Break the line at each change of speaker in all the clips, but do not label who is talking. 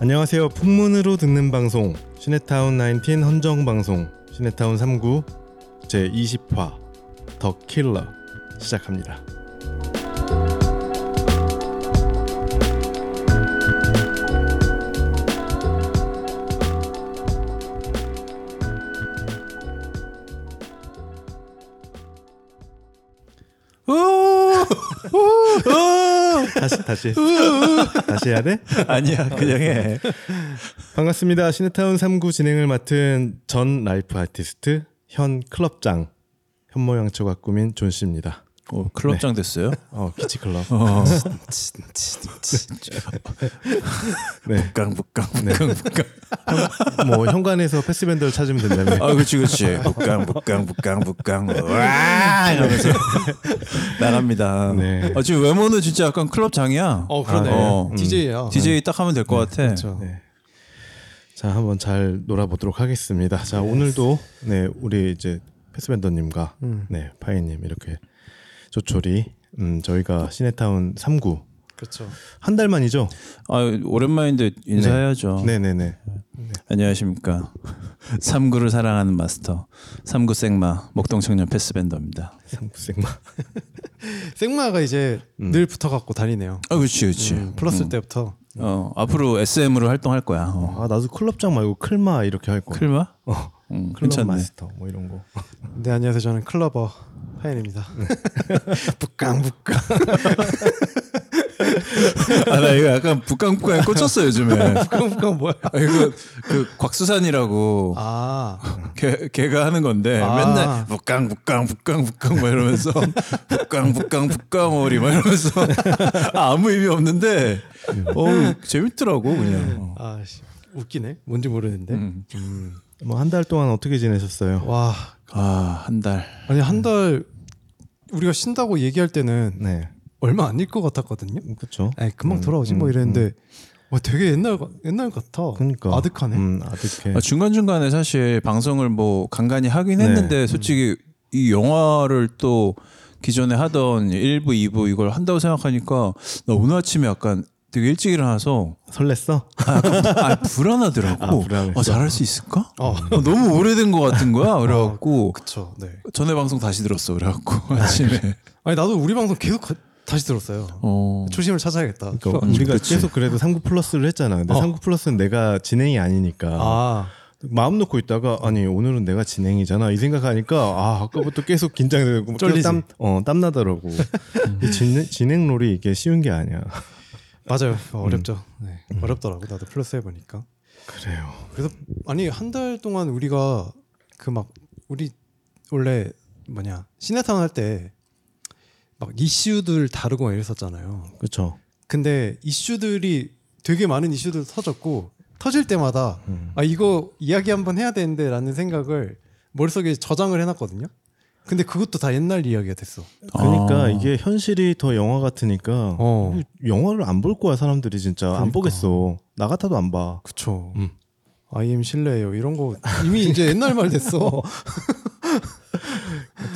안녕하세요. 풍문으로 듣는 방송 시네타운 19 헌정 방송 시네타운 3구 제 20화 더 킬러 시작합니다. 다시 다시 다시 해야 돼?
아니야 네. 그냥 해.
반갑습니다. 시네타운 3구 진행을 맡은 전 라이프 아티스트 현 클럽장 현모양처가 꾸민 존 씨입니다.
어, 네. 클럽장 됐어요.
어 키치 클럽.
어.
네.
북강 북강 북강 북강.
뭐 현관에서 패스밴드를 찾으면 된다며.
아 그렇지 그렇지. 북강 북강 북강 북강. 와 이러면서 나갑니다.
네.
아, 지금 외모는 진짜 약간 클럽장이야.
어 그러네.
아, 어.
DJ야.
DJ 딱 하면 될 것 같아.
그렇죠.
네. 자 한번 잘 놀아보도록 하겠습니다. 자 오늘도 네 우리 이제 패스밴더님과 네 파이님 이렇게 조촐히 음, 저희가 시네타운 3구
그렇죠.
한 달만이죠?
아 오랜만인데
어.
인사해야죠.
네네네.
안녕하십니까. 삼구를 사랑하는 마스터 삼구 생마 목동 청년 패스밴더입니다.
삼구생마.
생마가 이제 늘 붙어갖고 다니네요.
아 그렇지 그렇지.
음, 플러스 때부터.
어 앞으로 SM으로 활동할 거야. 어.
아 나도 클럽장 말고 클마 이렇게 할 거.
클마?
어.
음,
클럽
괜찮네.
마스터 뭐 이런 거.
네 안녕하세요. 저는 클러버 하연입니다. 북강 북강.
아, 나 이거 약간 북강북강에 꽂혔어 요즘에.
북강 북강 뭐야?
아, 이거 그 곽수산이라고
아
걔 걔가 하는 건데
아.
맨날 북강 북강 북강 북강 막 이러면서 북강 북강 북강오리 막 이러면서 아, 아무 의미 없는데
예.
어 재밌더라고 그냥. 어.
아씨 웃기네. 뭔지 모르는데.
음.
뭐 한 달 동안 어떻게 지내셨어요?
와
아한 달.
아니 한 달 우리가 쉰다고 얘기할 때는
네,
얼마 안 일 것 같았거든요.
그렇죠.
아니 금방 돌아오지 뭐 이랬는데 와 되게 옛날 같- 옛날 같아.
그러니까
아득하네.
음, 아득해.
아, 중간 중간에 사실 방송을 뭐 간간히 하긴 했는데 솔직히 이 영화를 또 기존에 하던 1부 2부 이걸 한다고 생각하니까 나 오늘 아침에 약간 되게 일찍 일어나서
설렜어?
아 불안하더라고.
아, 불안해.
어, 잘할 수 있을까?
어.
어, 너무 오래된 것 같은 거야. 그래갖고
그쵸. 네.
전에 방송 다시 들었어. 그래갖고 아침에.
아니 나도 우리 방송 계속 가- 다시 들었어요.
어.
초심을 찾아야겠다. 어.
그러니까 우리가 계속 그래도 3구 플러스를 했잖아. 근데 3구 플러스는 내가 진행이 아니니까
아,
마음 놓고 있다가 아니 오늘은 내가 진행이잖아 이 생각하니까 아 아까부터 계속 긴장되고
쫄리지. 음.
땀땀 나더라고. 이 진행 진행롤이 이게 쉬운 게 아니야.
맞아요. 어, 어렵죠. 네. 어렵더라고. 나도 플러스 해보니까.
그래요.
그래서 아니 한 달 동안 우리가 그 막 우리 원래 뭐냐 시네타운 할 때 막 이슈들 다루고 막 이랬었잖아요.
그렇죠.
근데 이슈들이 되게 많은 이슈들 터졌고 터질 때마다
음.
아 이거 이야기 한번 해야 되는데라는 생각을 머릿속에 저장을 해놨거든요. 근데 그것도 다 옛날 이야기가 됐어.
그러니까
아.
이게 현실이 더 영화 같으니까
어, 그러니까.
영화를 안 볼 거야 사람들이 진짜 안 보겠어. 나 같아도 안 봐.
그쵸.
음.
아이엠 실례예요. 이런 거 이미 이제 옛날 말 됐어.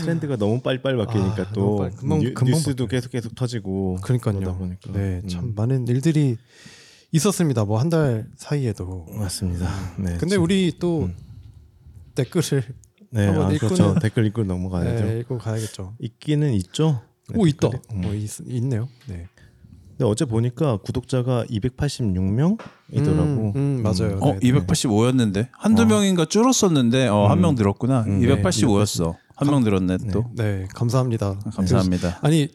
트렌드가 너무 빨리빨리 바뀌니까
아,
또
너무 빨리- 금방-
뉴,
금방
스도 계속 계속 터지고 그러다
그러니까요.
보니까
네,
음,
참 많은 일들이 있었습니다. 뭐 한 달 사이에도.
맞습니다. 네.
음. 근데 우리 또 댓글을
네,
한번
아,
읽고는-
그렇죠. 댓글 읽고 넘어가야죠.
네, 읽고 가야겠죠.
있기는 있죠. 네,
오 있다.
댓글이. 음.
뭐 있, 있네요. 네.
근데 어제 보니까 구독자가 286명이더라고.
음, 음, 맞아요.
어,
네, 네.
285였는데 한두 명인가 줄었었는데 어, 한 명 늘었구나. 285였어. 한 명 늘었네 또.
네, 감사합니다.
아,
네.
감사합니다.
아니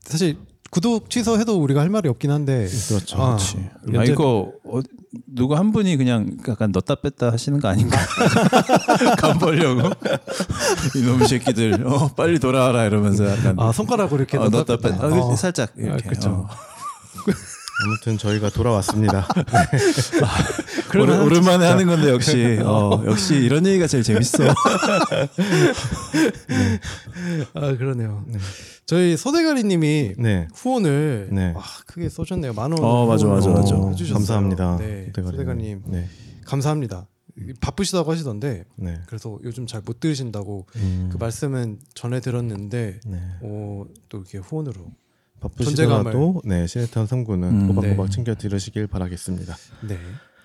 사실 구독 취소해도 우리가 할 말이 없긴 한데.
그렇죠.
아,
그렇지. 아,
연재-
이거 어, 누구 한 분이 그냥 약간 넣다 뺐다 하시는 거 아닌가? 간 벌려고 이놈 새끼들 어, 빨리 돌아와라 이러면서 약간
아 손가락으로 이렇게
어, 넣다
뺐다.
뺐다. 아,
어.
살짝 이렇게.
그쵸.
어.
아무튼 저희가 돌아왔습니다.
오래, 오랜만에 하는 건데 역시 어, 역시 이런 얘기가 제일 재밌어.
아 그러네요. 저희 소대가리님이
네.
후원을
네.
아, 크게 써줬네요. 만 원.
어, 맞아, 맞아, 맞아.
어, 감사합니다.
네,
소대가리님.
소대가리님
네.
감사합니다. 바쁘시다고 하시던데
네.
그래서 요즘 잘 못 들으신다고
음,
그 말씀은 전해 들었는데
네.
어, 또 이렇게 후원으로
바쁘시더라도 네, 시네타운 3구는
음.
꼬박꼬박
네.
챙겨 들으시길 바라겠습니다.
네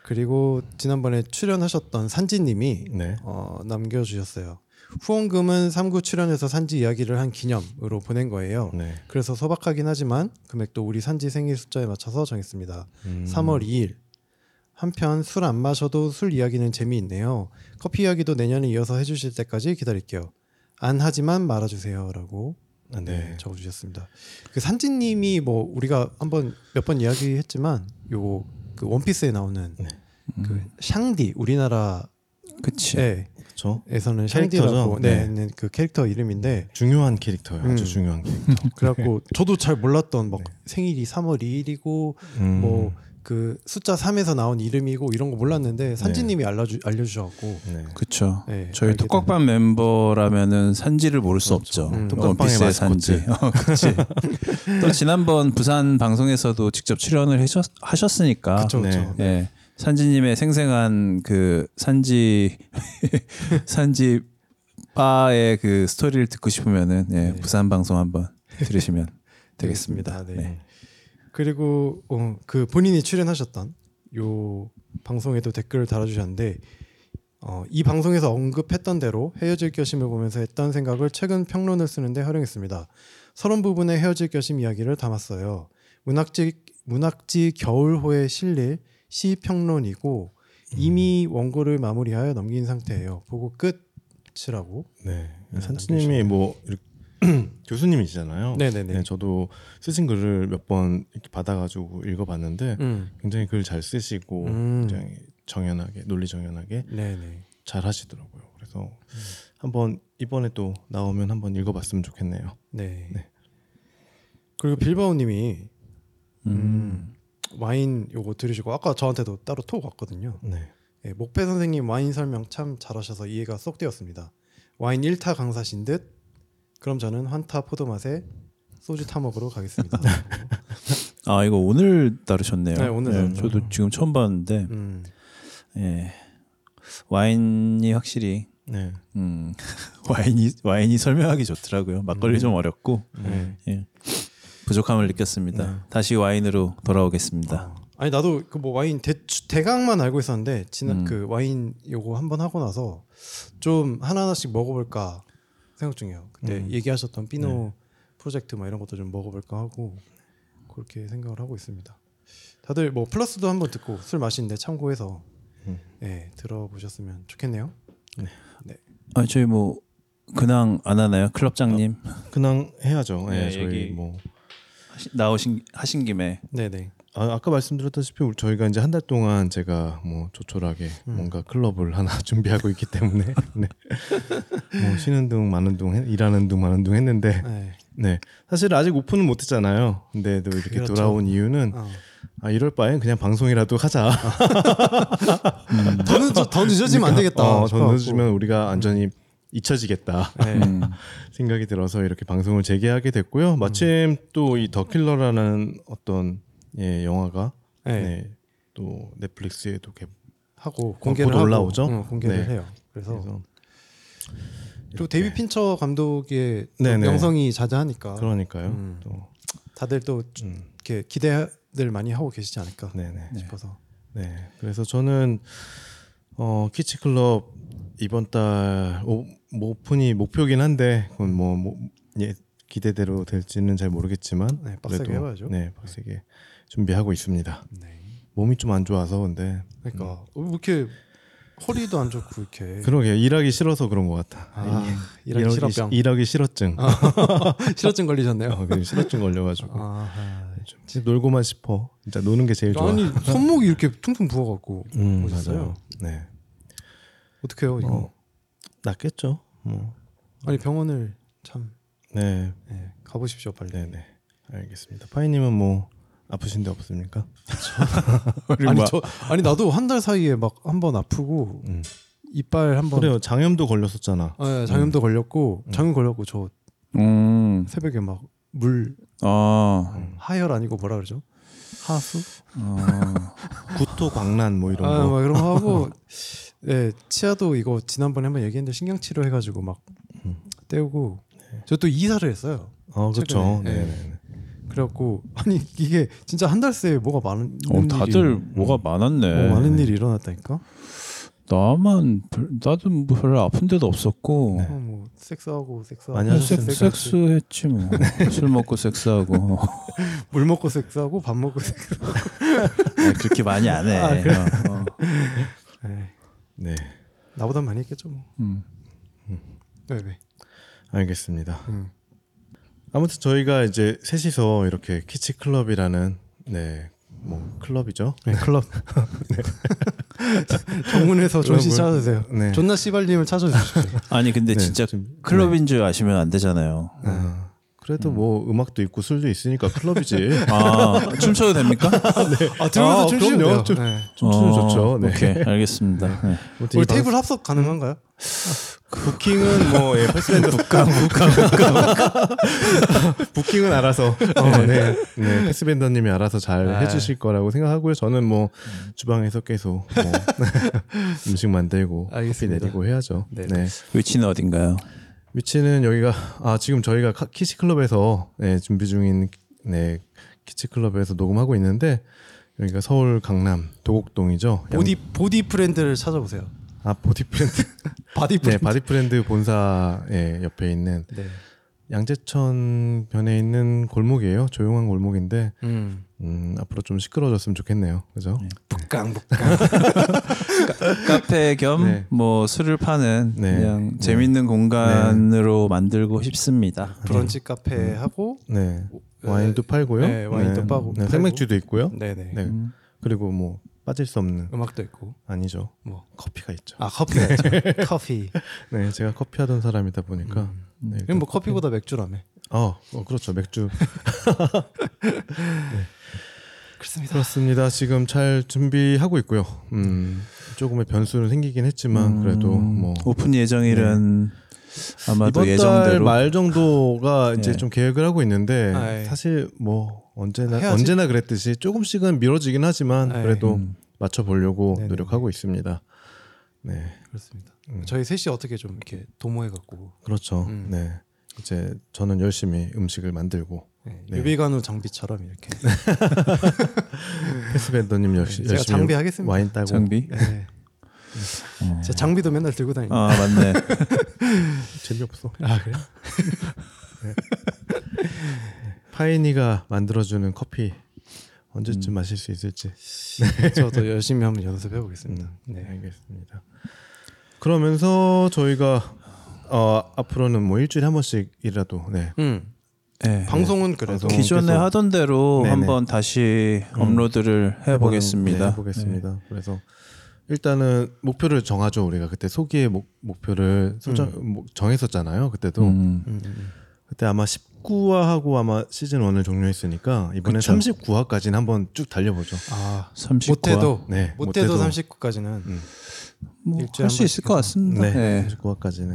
그리고 지난번에 출연하셨던 산지님이
네.
어, 남겨주셨어요. 후원금은 삼구 출연해서 산지 이야기를 한 기념으로 보낸 거예요.
네.
그래서 소박하긴 하지만 금액도 우리 산지 생일 숫자에 맞춰서 정했습니다.
음.
3월 2일. 한편 술 안 마셔도 술 이야기는 재미있네요. 커피 이야기도 내년에 이어서 해주실 때까지 기다릴게요. 안 하지만 말아주세요라고
아, 네.
적어주셨습니다. 그 산지님이 뭐 우리가 한번 몇 번 이야기했지만 요거 그 원피스에 나오는
네.
그 샹디 우리나라
그치.
에
그렇죠.
에서는
캐릭터죠?
샹디라고 네,
네.
있는 그 캐릭터 이름인데
중요한 캐릭터예요.
음.
아주 중요한 캐릭터.
그래갖고 저도 잘 몰랐던
네.
막 생일이 3월 2일이고
음.
뭐 그 숫자 3에서 나온 이름이고 이런 거 몰랐는데 산지님이 알려주 알려주셔갖고
네.
그쵸.
네,
저희
알게
톡박반 멤버라면은 산지를 모를 수 없죠.
음,
톡박방의
원피스의 산지. 어, 그치. 또 지난번 부산 방송에서도 직접 출연을 하셨, 하셨으니까.
그쵸
네.
그쵸.
예. 산지님의 생생한 그 산지 산지 바의 그 스토리를 듣고 싶으면은 예, 부산 방송 한번 들으시면 되겠습니다.
되겠습니다. 네. 그리고 어, 그 본인이 출연하셨던 요 방송에도 댓글을 달아주셨는데 어, 이 방송에서 언급했던 대로 헤어질 결심을 보면서 했던 생각을 최근 평론을 쓰는데 활용했습니다. 서론 부분에 헤어질 결심 이야기를 담았어요. 문학지 문학지 겨울호에 실릴 시 평론이고 이미 원고를 마무리하여 넘긴 상태예요. 보고 끝이라고.
네.
네,
산치님이 뭐 이렇게 교수님이시잖아요.
네네네.
네, 저도 쓰신 글을 몇 번 이렇게 받아가지고 읽어봤는데 굉장히 글 잘 쓰시고
음.
굉장히 정연하게 논리 정연하게
네네.
잘 하시더라고요. 그래서 한번 이번에 또 나오면 한번 읽어봤으면 좋겠네요.
네.
네.
그리고 빌바오님이
음.
와인 요거 들으시고 아까 저한테도 따로 톡 왔거든요.
네.
예, 목배 선생님 와인 설명 참 잘하셔서 이해가 쏙 되었습니다. 와인 1타 강사신 듯. 그럼 저는 환타 포도 맛에 소주 타 먹으러 가겠습니다.
아 이거 오늘 다루셨네요.
네, 오늘
예,
다뤘죠.
저도 지금 처음 봤는데
음,
예. 와인이 확실히
네.
음, 와인이 와인이 설명하기 좋더라고요. 막걸리 좀 어렵고
네.
예. 부족함을 느꼈습니다. 다시 와인으로 돌아오겠습니다.
아니 나도 그 뭐 와인 대, 대강만 알고 있었는데 지난
음.
그 와인 요거 한번 하고 나서 좀 하나하나씩 먹어볼까 생각 중이에요. 그때
음.
얘기하셨던 피노
네.
프로젝트 막 이런 것도 좀 먹어볼까 하고 그렇게 생각을 하고 있습니다. 다들 뭐 플러스도 한번 듣고 술 마시는데 참고해서
음.
예, 들어보셨으면 좋겠네요.
아 저희 뭐 근황 안 하나요, 클럽장님
그냥 해야죠. 네,
네,
저희
얘기-
뭐
하시- 나오신 하신 김에
네네.
아, 아까 말씀드렸다시피 우리- 저희가 이제 한 달 동안 제가 뭐 조촐하게
음.
뭔가 클럽을 하나 준비하고 있기 때문에 네. 뭐 쉬는 둥 마는 둥 했- 일하는 둥 마는 둥 했는데
네.
네 사실 아직 오픈은 못했잖아요. 근데 또 이렇게
그렇죠.
돌아온 이유는
어.
아 이럴 바엔 그냥 방송이라도 하자.
아, 더는 저- 더 늦어지면 안 되겠다.
어, 전
아, 싶어갖고.
늦으면 우리가 완전히 잊혀지겠다
네.
음.
생각이 들어서 이렇게 방송을 재개하게
음.
됐고요. 마침 또 이 더킬러라는 어떤 예 영화가
네.
네, 또 넷플릭스에도 개
하고 공개를
곧
하고,
올라오죠?
응, 공개를
네.
해요. 그래서
그래서
또 데이비 핀처 감독의 또
네네.
명성이 자자하니까
그러니까요.
음.
또
다들 또
음.
이렇게 기대들 많이 하고 계시지 않을까
네네.
싶어서
네. 그래서 저는 어 키치 클럽 이번 달 오, 뭐 오픈이 목표긴 한데 그건 뭐, 뭐 예, 기대대로 될지는 잘 모르겠지만
네, 빡세게 해봐야죠.
네, 빡세게 준비하고 있습니다.
네.
몸이 좀 안 좋아서 근데
그러니까 왜 이렇게 허리도 안 좋고 이렇게
음. 그러게 일하기 싫어서 그런 것 같아.
네. 아,
이-
일하기 싫어병.
시- 일하기 싫어증. 아.
실어증 걸리셨네요.
어, 그냥 싫어증 걸려가지고 네,
아하.
좀 놀고만 싶어. 진짜 노는 게 제일 좋아.
아니 손목이 이렇게 퉁퉁 부어갖고
음,
오셨어요.
맞아요. 네,
어떡해요 이거?
어. 낫겠죠. 뭐.
아니 병원을 참
네,
예, 가보십시오 빨리.
네네 알겠습니다. 파이님은 뭐 아프신데 없습니까?
아니 저 아니 나도 한 달 사이에 막 한 번 아프고
음.
이빨 한번
그래요. 음. 장염도 걸렸었잖아.
예, 장염도 걸렸고 장염 걸렸고 저
음,
새벽에 막 물
아,
하혈 아니고 뭐라 그러죠? 하수?
아,
구토광란 뭐 이런 거.
아막 이런 거 하고 예 치아도 이거 지난번에 한번 얘기했는데 신경
음.
치료
네.
해가지고 막 떼우고 저 또 이사를 했어요.
어 그렇죠.
뭐 최근에,
네.
예.
네.
그래갖고 아니 이게 진짜 한 달 새에 뭐가 많은
어, 다들
일이,
뭐가 많았네.
어, 많은 일이 일어났다니까.
나만 별- 나도 뭐 별로 아픈 데도 없었고
어, 뭐 섹스하고 섹스하고
네. 많이
그냥
하셨어요.
섹- 섹스했지 뭐 술 먹고 섹스하고
물 먹고 섹스하고 밥 먹고 섹스.
어, 그렇게 많이 안 해.
아, 그래?
어, 어.
에이,
네,
나보단 많이 했겠죠 뭐.
음.
네,
왜 왜?
알겠습니다.
음.
아무튼 저희가 이제 셋이서 이렇게 키치 클럽이라는 네, 뭐 클럽이죠.
네, 클럽. 정문에서 존씨
여러분,
찾아주세요.
네.
존나 씨발님을 찾아주십시오.
아니 근데
네,
진짜
좀-
클럽인 줄 아시면 안 되잖아요.
아, 그래도 뭐 음악도 있고 술도 있으니까 클럽이지.
아 춤춰도 됩니까?
아 들어가서
아,
춤추면
그럼요.
돼요.
좀-
네.
춤추면 좋죠. 네.
어, 오케이 알겠습니다. 네.
아무튼 이
우리
방-
테이블 합석 가능한가요? 아,
부킹은 뭐 예, 패스밴드 북강 북강 북강 부킹은 알아서 어, 네, 네 패스밴더님이 알아서 잘
아. 음.
해주실 거라고 생각하고요. 저는 뭐 주방에서 계속 뭐 음식 만들고 커피
알겠습니다.
내리고 해야죠.
네.
네.
위치는 어딘가요?
위치는 여기가 아 지금 저희가 카- 키치 클럽에서 네, 준비 중인 네 키치 클럽에서 녹음하고 있는데 여기가 서울 강남 도곡동이죠. 양-
보디 보디 프렌드를 찾아보세요.
아 보디 프렌드
바디
네
프렌드.
바디 프렌드 본사의 예, 옆에 있는
네.
양재천 변에 있는 골목이에요. 조용한 골목인데
음.
음, 앞으로 좀 시끄러워졌으면 좋겠네요. 그죠?
북강 북.
카페 겸
네.
뭐 술을 파는
네.
그냥 재밌는 공간으로 만들고 싶습니다.
브런치 카페 하고
네.
네.
와인도 팔고요.
네, 와인도
네.
파고-
네,
팔고.
생맥주도 있고요.
네네
네. 그리고 뭐 빠질 수 없는
음악도 있고
아니죠.
뭐.
커피가 있죠.
아 커피가 있죠. 커피.
네, 제가 커피 하던 사람이다 보니까 네,
그럼 뭐 커피보다 맥주라며.
어, 어, 그렇죠. 맥주
그렇습니다.
그렇습니다. 지금 잘 준비하고 있고요. 음, 조금의 변수는 생기긴
음.
했지만 그래도 뭐
음.
네.
오픈 예정일은 아마도
이번
예정대로
달 말 정도가 이제
예.
좀 계획을 하고 있는데
아이.
사실 뭐 언제나
해야지.
언제나 그랬듯이 조금씩은 미뤄지긴 하지만
아이.
그래도
음.
맞춰 보려고
네네.
노력하고 있습니다. 네,
그렇습니다. 저희 셋이 어떻게 좀 이렇게 도모해 갖고
그렇죠.
음.
네, 이제 저는 열심히 음식을 만들고 네.
유비관우 장비처럼 이렇게
패스밴더님 역시
제가
열심히
장비하겠습니다.
와인 따고
장비.
네.
어.
제 장비도 맨날 들고 다니고.
아 맞네.
재미없어.
아 그래?
파인이가 만들어주는 커피
음.
언제쯤 마실 수 있을지
저도 열심히 한번 연습해 보겠습니다.
네,
네.
알겠습니다. 그러면서 저희가 어, 앞으로는 뭐 일주일에 한 번씩이라도 네,
음.
네.
방송은 그래도
방송.
기존에
계속-
하던 대로
네네. 음.
한번 다시 업로드를 해보겠습니다.
네, 해보겠습니다. 그래서 일단은 목표를 정하죠. 우리가 그때 소기의 목, 목표를 설정- 목- 정했었잖아요. 그때도
음.
음, 음.
그때 아마 19화하고 아마 시즌 1을 종료했으니까 이번에
그쵸.
39화까지는 한번 쭉 달려보죠.
아
39화.
못해도
네,
못해도
못해도.
39까지는 일주일에 한
뭐 할수 있을 것 같습니다.
네,
네.
39화까지는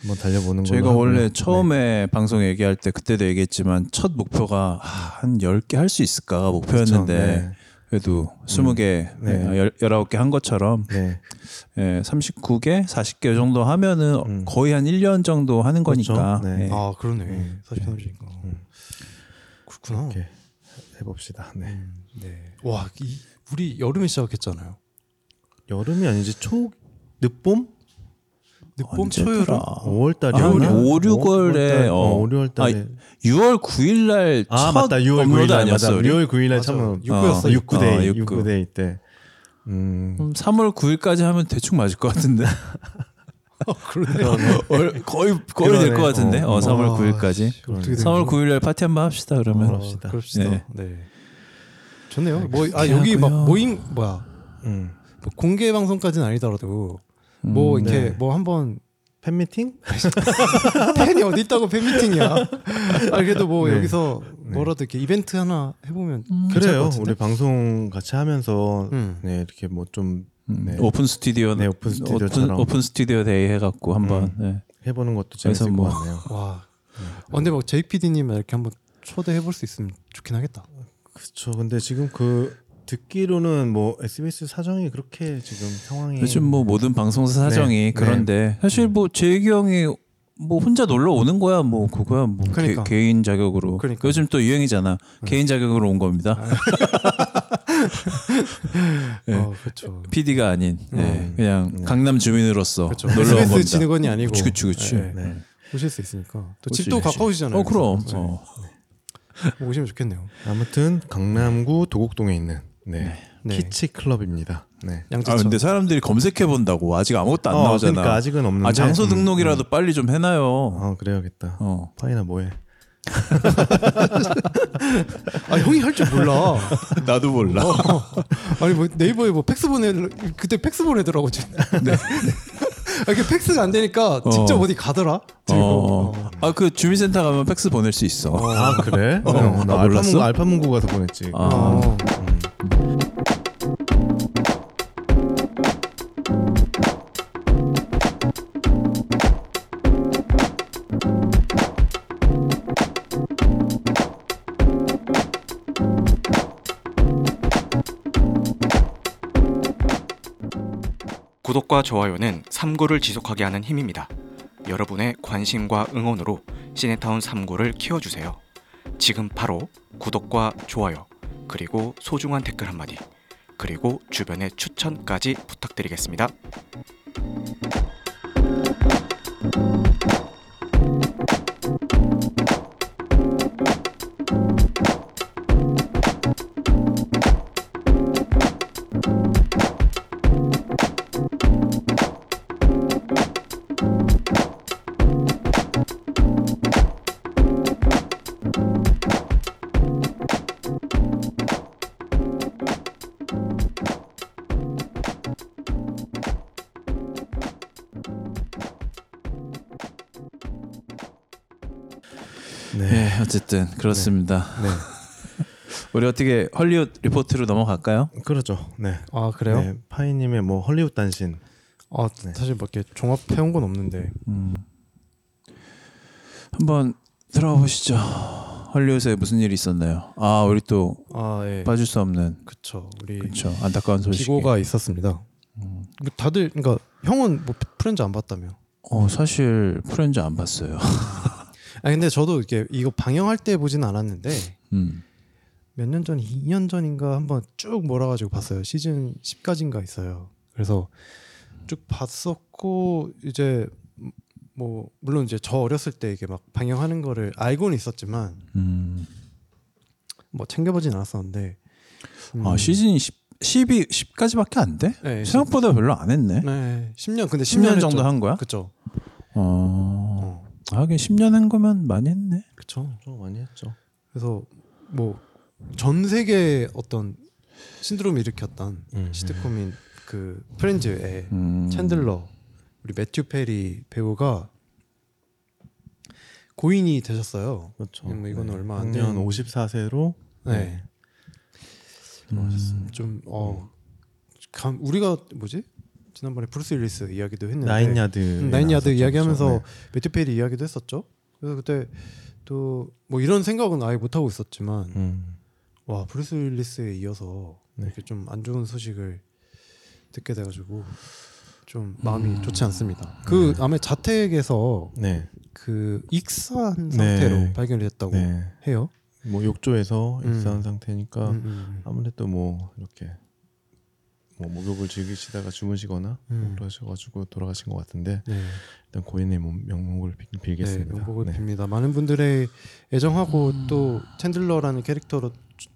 한번 달려보는
저희가
걸로 하고요.
원래 처음에 방송 얘기할 때 그때도 얘기했지만 첫 목표가 아, 한 10개 할 수 있을까 목표였는데
그쵸, 네.
그래도 20개, 아,
네.
19개 한 것처럼
네,
예, 39개, 40개 정도 하면은 거의 한 1년 정도 하는
음. 그렇죠.
거니까.
네.
예.
아 그러네. 43주니까. 그렇구나.
이렇게 해봅시다. 네.
네. 와, 이, 우리 여름에 시작했잖아요.
여름이 아니지 초 늦봄?
늦봄
언제더라?
초여름.
5월 달이
아, 우리 5, 6월에
어, 5, 6월 달에
6월 9일 날첫
아, 맞다. 6월 9일
업로드
날
아니었어.
맞아.
우리?
6월 9일 날
맞아.
참
육구였어,
육구.
6구데이.
아, 육구.
6구데이 때. 음.
그럼 3월 9일까지 하면 대충 맞을 것 같은데.
그러네.
얼- 거의 거의 될
그러네.
것 같은데. 어,
어.
3월
아,
9일까지.
씨, 어떻게 된
3월
거야?
9일 날 파티 한번 합시다. 그러면.
그럽시다.
그럽시다.
네.
네. 좋네요. 뭐 아 여기
하고요.
막 모임 뭐야
음.
뭐 공개 방송까지는 아니더라도
음,
뭐 이렇게
네.
뭐 한번
팬미팅?
팬이 어디 있다고 팬미팅이야. 아 그래도 뭐
네.
여기서 뭐라도 이렇게 이벤트 하나 해보면 괜찮을 것
그래요.
같은데?
우리 방송 같이 하면서
음.
네, 이렇게 뭐 좀
음,
네.
오픈 스튜디오
네, 오픈 스튜디오처럼.
오픈, 오픈 스튜디오 데이 해갖고 한번
음.
네.
해보는 것도
그래서
재밌을
뭐-
것 같네요.
와. 어, 근데 막 JPD님 이렇게 한번 초대해 볼 수 있으면 좋긴 하겠다.
그렇죠. 근데 지금 그 듣기로는 뭐 SBS 사정이 그렇게 지금 상황이
요즘 뭐 모든 뭐 방송사 사정이
네.
그런데 사실 뭐 재익이 형이 뭐 혼자 놀러 오는 거야 뭐 그거야 뭐
그러니까.
개, 인 자격으로
그러니까. 음. 아, 네.
요즘 또 유행이잖아 개인 자격으로 온 겁니다
어, 그렇죠.
PD가 아닌 예, 그냥 강남 주민으로서 놀러 온
네. SBS
겁니다
진흥원이 아니고
그치 그치 그치
예, 예. 오실 수 있으니까 또
그치,
집도
그치.
가까우시잖아요.
어 그럼
그래서.
어.
네. 오시면 좋겠네요.
아무튼 강남구 도곡동에 있는 네,
네.
키치 클럽입니다. 네.
아
양재천.
근데 사람들이 검색해 본다고 아직 아무것도 안
어,
나오잖아
그러니까 아직은 없는데.
아, 장소
음,
등록이라도 빨리 좀 해놔요
어 그래야겠다.
어.
파이나 뭐해?
아 형이 할 줄 몰라.
나도 몰라
어,
어.
아니 뭐 네이버에 뭐 팩스 보내 그때 팩스 보내더라고. 지금. 네. 아, 그 팩스가 안 되니까 직접 어디 가더라. 들고. 어.
아 그 주민센터 가면 팩스 보낼 수 있어
아 그래? 어,
나
알파문구-
몰랐어?
알파문구 가서 보냈지.
아.
어.
구독과 좋아요는 3구를 지속하게 하는 힘입니다. 여러분의 관심과 응원으로 시네타운 3구를 키워주세요. 지금 바로 구독과 좋아요, 그리고 소중한 댓글 한마디, 그리고 주변의 추천까지 부탁드리겠습니다.
네. 네.
예, 어쨌든 그렇습니다. 우리 어떻게 헐리우드 리포트로 넘어갈까요?
그렇죠. 네.
아 그래요?
네, 파이님의 뭐 헐리우드 단신.
아 사실 몇 개 종합해 온 건 없는데.
음. 한번 들어가 보시죠. 헐리우드에 무슨 일이 있었나요? 아, 우리 또
아
네.
예.
빠질 수 없는
그쵸. 우리
예.
그렇죠. 안타까운 소식이. 음.
비고가 있었습니다. 그 다들 그러니까 형은 뭐 프렌즈 안 봤다며.
어, 사실 프렌즈 안 봤어요.
아 근데 저도 이게 이거 방영할 때 보진 않았는데
음.
몇 년 전, 2년 전인가 한번 쭉 몰아가지고 봤어요. 시즌 10까지인가 있어요. 그래서 쭉 봤었고 이제 뭐 물론 이제 저 어렸을 때 이게 막 방영하는 거를 알고는 있었지만
음.
뭐 챙겨보진 않았었는데. 음,
아, 시즌이 10 10이 10까지밖에 안 돼?
네,
생각보다 별로 안 했네.
네, 10년 근데
10년 정도 한 거야?
그쵸.
어.
어,
하긴 10년 한 거면 많이 했네.
그쵸.
좀 많이 했죠.
그래서 뭐 전 세계 어떤 신드롬을 일으켰던
음.
시트콤인 그 프렌즈의
음.
챈들러 우리 매튜 페리 배우가 고인이 되셨어요.
그렇죠.
음, 이건 얼마 안
년
된-
54세로
네,
음.
좀어 감 우리가 뭐지 지난번에 브루스 윌리스 이야기도 했는데
나인 야드 네.
음, 나인 야드 이야기하면서 매튜 페리 이야기도 했었죠. 그래서 그때 또 뭐 이런 생각은 아예 못 하고 있었지만
음.
와 브루스 윌리스에 이어서
네.
이렇게 좀 안 좋은 소식을 듣게 돼가지고 좀 마음이 좋지 않습니다. 그 남의 자택에서
네.
그 익사한
네.
상태로 발견이 됐다고
네.
해요.
뭐 욕조에서
음.
익사한 상태니까
음, 음,
아. 아무래도 뭐 이렇게 뭐 목욕을 즐기시다가 주무시거나
음.
그러셔가지고 돌아가신 것 같은데
네,
일단 고인의 몸- 명목을 빌-
네,
빌겠습니다.
명곡을
네. 음.
빕니다. 많은 분들의 애정하고 또 챈들러라는 캐릭터로 주-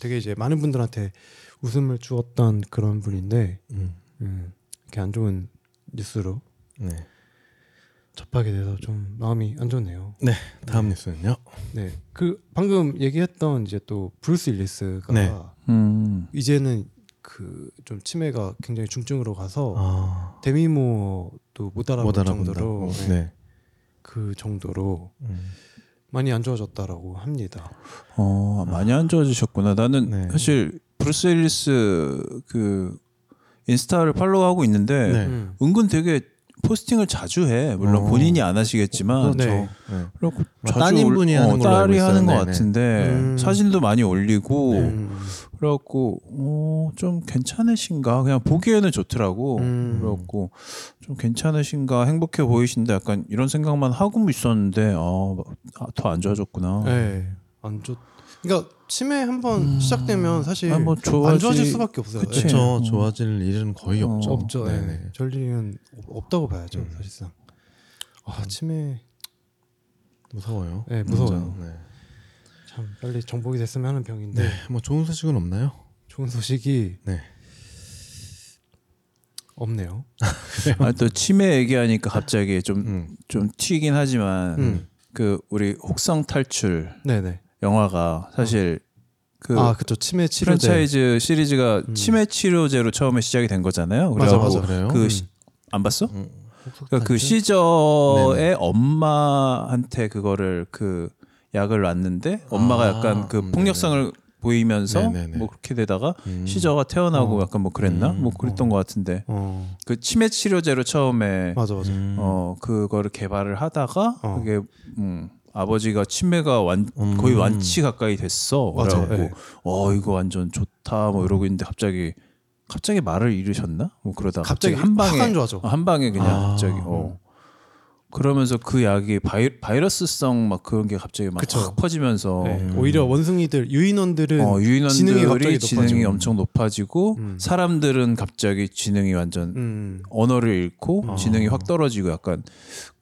되게 이제 많은 분들한테 웃음을 주었던 그런 분인데
음.
음, 이렇게 안 좋은 뉴스로
네.
접하게 돼서 좀 마음이 안 좋네요.
네. 다음 뉴스는요.
네, 그 방금 얘기했던 이제 또 브루스 윌리스가
네.
음.
이제는 그 좀 치매가 굉장히 중증으로 가서
아,
데미모어도 못 알아볼
못
어. 정도로
알아본다고.
네,
네.
그 정도로
음.
네.
많이 안 좋아졌다라고 합니다.
어 많이 안 좋아지셨구나. 나는
네.
사실 브루스 앨리스 그 인스타를 팔로우하고 있는데
네.
음.
은근 되게 포스팅을 자주 해.
어.
물론 본인이 안 하시겠지만
그렇죠.
네.
네.
그렇고
따님분이 하는 걸로 알고
딸이
있어요.
어,
네.
하는 것
네네.
같은데
음.
사진도 많이 올리고
음.
그래갖고 어, 좀 괜찮으신가 그냥 보기에는 좋더라고
음.
그래갖고 좀 괜찮으신가 행복해 보이신데 약간 이런 생각만 하고 있었는데 아더 안
음.
좋아졌구나
네. 안 좋. 그러니까 치매 한번 시작되면 사실
아, 뭐
네. 안
좋아지-
좋아질 수밖에 없어요.
그치.
예.
네.
그쵸.
그렇죠. 좋아질 일은 거의
음. 어,
없죠.
없죠. 예.
네네.
절 일은 없다고 봐야죠 사실상. 아 치매
무서워요.
네, 무서워요.
진짜. 네.
참 빨리 정복이 됐으면 하는 병인데
네. 뭐 좋은 소식은 없나요?
좋은 소식이
네.
없네요.
아, 또 치매 얘기하니까 갑자기 좀 좀
음.
튀긴 하지만
음.
그 우리 혹성 탈출
네네.
영화가 사실 그
아 그쵸 치매 치료제. 음.
프랜차이즈 시리즈가 치매 치료제로 처음에 시작이 된 거잖아요.
맞아,
그래갖고
맞아.
그래요?
그
음.
시- 안 봤어?
음.
그러니까 그 시저의 엄마한테 그거를 그 약을 놨는데 엄마가
아,
약간 그
음,
폭력성을 보이면서
네네네.
뭐 그렇게 되다가
음.
시저가 태어나고
어.
약간 뭐 그랬나?
음,
뭐 그랬던 것 같은데
어
그 치매 치료제로 네. 처음에
맞아 맞아.
음.
어 그거를 개발을 하다가
어.
그게 음 아버지가 치매가 완
음.
거의 완치 가까이 됐어.
맞아,
그래갖고
네.
예.
어 이거 완전 좋다 뭐 이러고 있는데 갑자기 갑자기 말을 잃으셨나? 뭐 그러다
갑자기
한 방에
확안 좋아져.
어, 한 방에 그냥
아.
갑자기 어 그러면서 그 약이 바이, 바이러스성 막 그런 게 갑자기 막
그쵸.
확 퍼지면서
네. 오히려 원숭이들 유인원들은
음. 어, 유인원들이
지능이
지능이,
갑자기 높아져.
엄청 높아지고
음.
사람들은 갑자기 지능이 완전
음, 아.
언어를 잃고 지능이 확 떨어지고 약간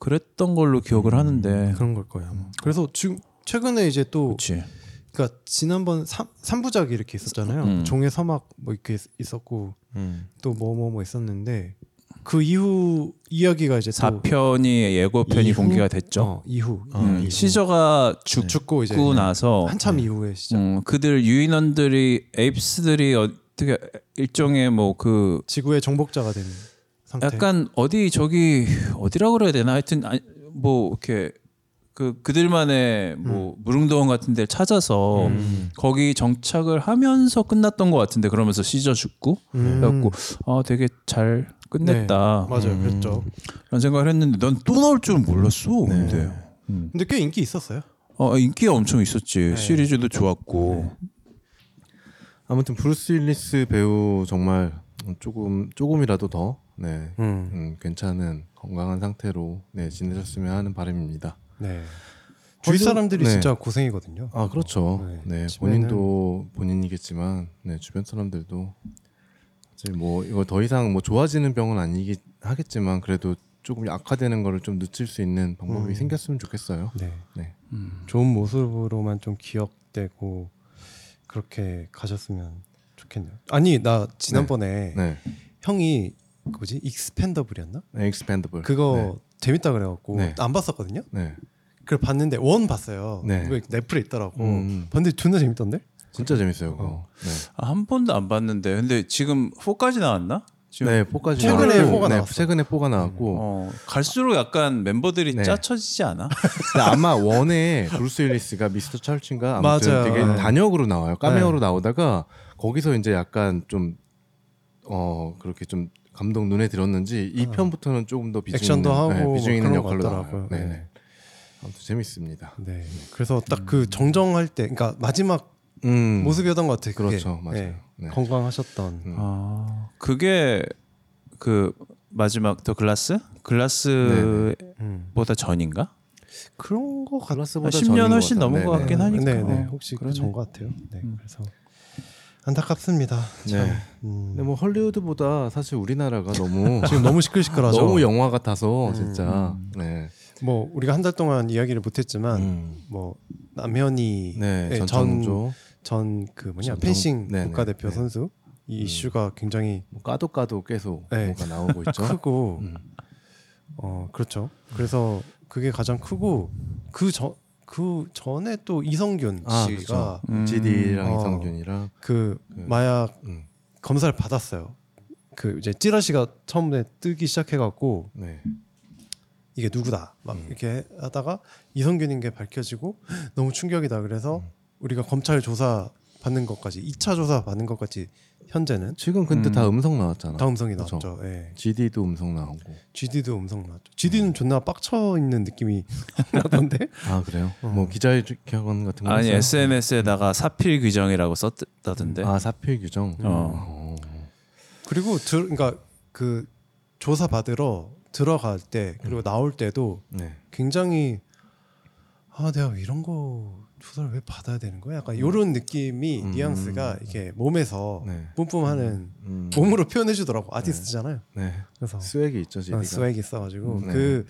그랬던 걸로 기억을
음.
하는데
그런 걸 거예요. 아마. 그래서 지금 최근에 이제 또
네. 음. 그렇지
그러니까 지난번 삼 3부작이 이렇게 있었잖아요.
음.
종의 서막 뭐 이렇게 있- 있었고
음.
또 뭐 뭐 뭐 있었는데 그 이후 이야기가 이제 또
4편이 예고편이
이후?
공개가 됐죠.
어, 이후
어,
음,
이후.
시저가 죽고
죽고 이제
나서
한참 이후에 시작
음, 그들 유인원들이 에이프스들이 어떻게 일종의 뭐 그
지구의 정복자가 된
네.
상태.
약간 어디 저기 어디라고 그래야 되나 하여튼 아니, 뭐 이렇게 그 그들만의 뭐 무릉도원 같은 데를 찾아서
음.
거기 정착을 하면서 끝났던 것 같은데 그러면서 시저 죽고
음.
그래갖고 아 되게 잘 끝냈다
맞아요,
음.
그랬죠.
그런 생각을 했는데 난 또 나올 줄은 몰랐어
네.
근데 음.
근데 꽤 인기 있었어요.
어, 인기가 엄청 있었지
네.
시리즈도 좋았고
아무튼 브루스 윌리스 배우 정말 조금 조금이라도 더 네.
음.
음, 괜찮은 건강한 상태로 네, 지내셨으면 하는 바람입니다.
네. 주위
어디-
사람들이
네.
진짜 고생이거든요.
아 그렇죠.
네,
네,
집에는-
본인도 본인이겠지만 네, 주변 사람들도 사실 뭐 이거 더 이상 뭐 좋아지는 병은 아니긴 하겠지만 그래도 조금 악화되는 거를 좀 늦출 수 있는 방법이
음.
생겼으면 좋겠어요.
네.
네.
음.
좋은 모습으로만 좀 기억되고 그렇게 가셨으면 좋겠네요. 아니 나 지난번에
네.
형이 그 뭐지 익스펜더블이었나?
네.
엑스펜더블.
그거 재밌다 그래갖고
네.
안 봤었거든요.
네. 네.
그걸 봤는데 원 봤어요.
네.
그거 넷플에 있더라고.
음.
봤는데 존나 재밌던데?
진짜 재밌어요. 그거. 네.
아, 한 번도 안 봤는데 근데 지금 4까지 나왔나? 지금
네, 4까지
최근에
나왔고,
포가 음.
네,
나왔어.
최근에 4가 나왔고
어, 갈수록 약간 멤버들이
네.
짜쳐지지 않아?
근데 아마 원에 브루스 윌리스가 미스터 찰친가 아무튼
맞아요.
되게
네.
단역으로 나와요. 까메오로 나오다가 거기서 이제 약간 좀 어 그렇게 좀 감독 눈에 들었는지 이 편부터는 조금 더 비중
아. 액션도
있는, 네,
네,
하고
비중
뭐
있는
그런 것
역할로 나와요.
같더라고요.
네.
네.
아무튼 재밌습니다.
네. 그래서 딱 그 정정할 때, 그러니까 마지막
음,
모습이었던 것 같아요. 그게.
그렇죠, 맞아요.
네.
네.
건강하셨던.
음.
아, 그게 그 마지막 더 글라스? 글라스보다
음.
전인가?
그런 것 같.
글라스보다
10년 훨씬
전인
넘은 것
같아요.
같긴 하니까.
네, 네.
어,
혹시
그러네.
그런 것 같아요. 네. 그래서 안타깝습니다.
네네. 네.
음.
근데 뭐 헐리우드보다 사실 우리나라가 너무
지금 너무 음. 시끌시끌하죠.
너무 영화 같아서 진짜 네.
뭐 우리가 한 달 동안 이야기를 못했지만
음.
뭐 남현이
네,
의 전
전창조
전 그 뭐냐
전창-
펜싱
네네,
국가대표
네.
선수 이 이슈가 굉장히
뭐 까도 까도 계속
네.
뭐가 나오고 있죠.
크고
음.
어 그렇죠. 그래서 그게 가장 크고 그 전 그 전에 또 이성균
아,
씨가
음.
GD랑
어.
이성균이랑
그
그-
마약
음.
검사를 받았어요. 그 이제 찌라시가 처음에 뜨기 시작해갖고
네.
이게 누구다 막
음.
이렇게
음.
하다가 이성균인 게 밝혀지고 너무 충격이다 그래서 우리가 검찰 조사 받는 것까지 2차 조사 받는 것까지 현재는
지금 근데
음.
다 음성 나왔잖아.
다 음성이
그쵸.
나왔죠. 예.
GD도 음성 나오고.
GD도 음성 나왔죠. GD는 존나 빡쳐 있는 느낌이 나던데.
아 그래요?
어.
뭐 기자의 격언 같은 거.
아니
했어요?
SMS에다가 사필 규정이라고
네.
썼다던데.
아 사필 규정.
음.
어.
그리고 들 그러니까 그 조사 받으러 들어갈 때
음.
그리고 나올 때도
네.
굉장히 아 내가 이런 거 조사를 왜 받아야 되는 거야? 약간 이런 느낌이
음.
뉘앙스가 이렇게 몸에서
네.
뿜뿜하는
음.
몸으로 표현해주더라고 아티스트잖아요.
네.
그래서
스웩이 있죠 GD가.
아, 스웩이 써가지고
음, 네.
그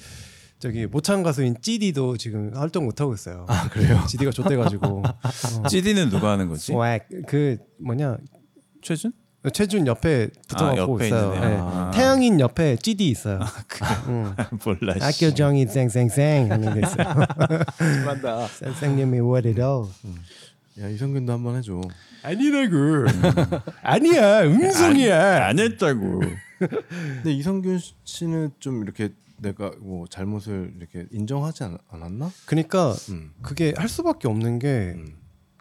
저기 모창 가수인 찌디도 지금 활동 못 하고 있어요.
아 그래요?
찌디가 좆돼가지고 어,
CD는 누가 하는 거지?
스웩 그 뭐냐
최준?
최준 옆에
아,
붙어갖고
옆에
있어요.
있는 애.
네.
아.
태양인 옆에 찌디 있어요. 음.
몰라. 아, 씨.
학교정이 쌩쌩쌩 하는 게 있어요.
한다.
쌩쌩님이 월이로
야 이성균도 한번 해줘.
아니라고. 그. 음. 아니야 음성이야.
안 했다고.
근데 이성균 씨는 좀 이렇게 내가 뭐 잘못을 이렇게 인정하지 않, 않았나?
그러니까
음.
그게 할 수밖에 없는
음.
게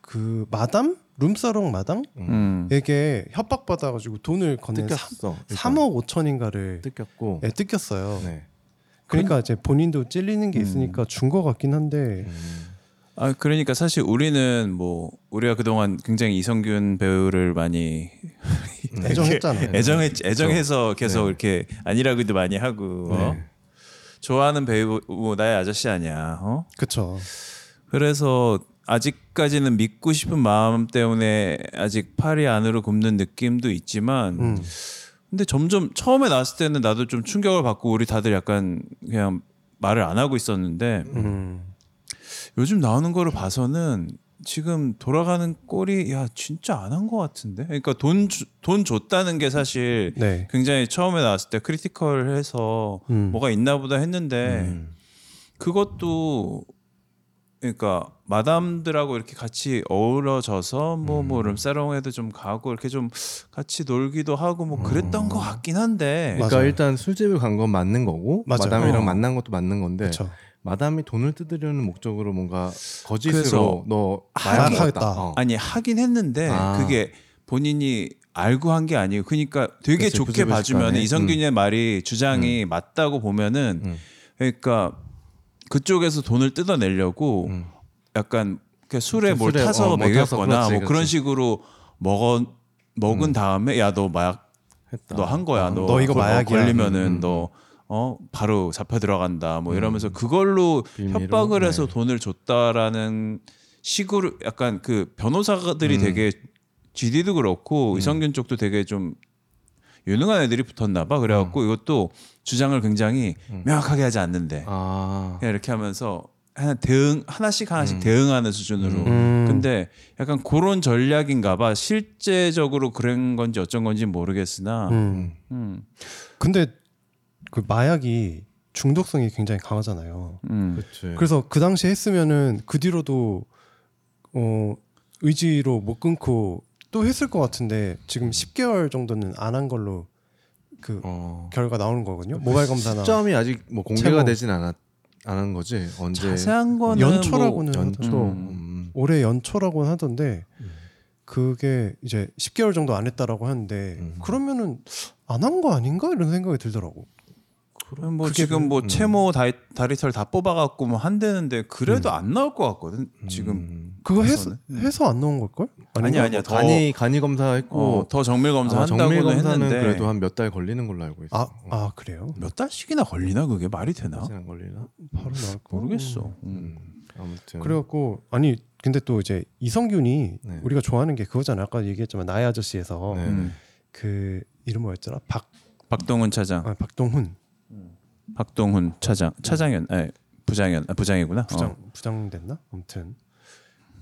그 마담 룸사롱 마담에게
음.
협박 받아가지고 돈을 건넨 삼-
뜯겼어. 일단
3억 5천인가를
뜯겼고.
예, 뜯겼어요.
네.
그러니까 이제 본인도 찔리는 게 있으니까 준 거 같긴 한데
음.
아 그러니까 사실 우리는 뭐 우리가 그동안 굉장히 이성균 배우를 많이
음.
네.
애정했잖아요.
애정했 애정해서 계속 이렇게 아니라고도 많이 하고 어?
네.
좋아하는 배우 뭐 나의 아저씨 아니야. 어?
그쵸.
그래서 아직까지는 믿고 싶은 마음 때문에 아직 팔이 안으로 굽는 느낌도 있지만
음.
근데 점점 처음에 나왔을 때는 나도 좀 충격을 받고 우리 다들 약간 그냥 말을 안 하고 있었는데
음.
요즘 나오는 거를 봐서는 지금 돌아가는 꼴이 야 진짜 안 한 것 같은데 그러니까 돈 돈 줬다는 게 사실
네.
굉장히 처음에 나왔을 때 크리티컬해서
음.
뭐가 있나 보다 했는데
네.
음.
그것도 그러니까 마담들하고 이렇게 같이 어우러져서 뭐 뭐 룸사롱에도 좀 가고 이렇게 좀 같이 놀기도 하고 뭐 그랬던 것 같긴 한데
맞-
그러니까
맞아요.
일단 술집에 간 건 맞는 거고
맞아요.
마담이랑
어.
만난 것도 맞는 건데
그쵸.
마담이 돈을 뜯으려는 목적으로 뭔가
그래서
거짓으로 너
아,
마약
하겠다.
먹었다. 어.
아니 하긴 했는데
아.
그게 본인이 알고 한 게 아니고 그러니까 되게
그치,
좋게
부지불식하네.
봐주면 이성균의 말이 주장이 맞다고 보면은
음.
그러니까 그쪽에서 돈을 뜯어내려고
음.
약간 이렇게 술에
그치,
뭘
술에,
타서
어, 뭘 타서,
먹였거나
그렇지,
뭐 그런
그렇지.
식으로 먹은 먹은 다음에 야 너 마약
했다. 어,
너 한 거야 너,
너 이거
거-
마약이야.
음.
걸리면은 너 어 바로 잡혀 들어간다 뭐 이러면서 그걸로
빌미로?
협박을
음. 네.
해서 돈을 줬다라는 식으로 약간 그
음.
변호사들이 되게 GD도 그렇고 이성균 쪽도 되게 좀 유능한 애들이 붙었나 봐 그래갖고
음.
이것도 주장을 굉장히 명확하게 하지 않는데
아.
그냥 이렇게 하면서 하나 대응 하나씩 하나씩 대응하는 수준으로
음.
근데 약간 그런 전략인가 봐 실제적으로 그런 건지 어쩐 건지 모르겠으나
음.
음.
근데 그 마약이 중독성이 굉장히 강하잖아요.
음.
그치.
그래서 그 당시 했으면은 그 뒤로도 어 의지로 못 끊고 또 했을 것 같은데 지금 10개월 정도는 안 한 걸로 그
어.
결과 나오는
그
거거든요. 모발 검사나
시점이 아직 뭐 공개가
채무.
되진 않았 않은 거지 언제
자세한 거는
뭐 연초라고는 하던데.
연초
뭐 음.
음.
올해 연초라고 하던데 그게 이제 10개월 정도 안 했다라고 하는데
음.
그러면은 안 한 거 아닌가 이런 생각이 들더라고.
뭐, 뭐
그게 음.
지금 뭐 채모 다이, 다리털 다 뽑아갖고 뭐 한대는데 그래도
음.
안 나올 것 같거든 지금
음.
그거 해서
그래서는? 네.
해서 안 나온 걸 걸?
아니 아니야 더
간이 간이 검사했고
어, 더 정밀 검사
아마
한다고는
정밀 검사는
했는데
그래도 한 몇 달 걸리는 걸로 알고 있어.
아, 아 그래요?
몇 달씩이나 걸리나 그게 말이 되나
안 걸리나?
바로 나올 거.
모르겠어 아, 음.
음. 아무튼
그래갖고 아니 근데 또 이제 이성균이
네.
우리가 좋아하는 게 그거잖아요. 아까 얘기했지만 나의 아저씨에서
네.
음.
그 이름 뭐였더라? 박
박동훈 차장
아, 박동훈
박동훈 차장
네.
차장연 아니 부장연 아, 부장이구나
부장
어.
부장 됐나? 아무튼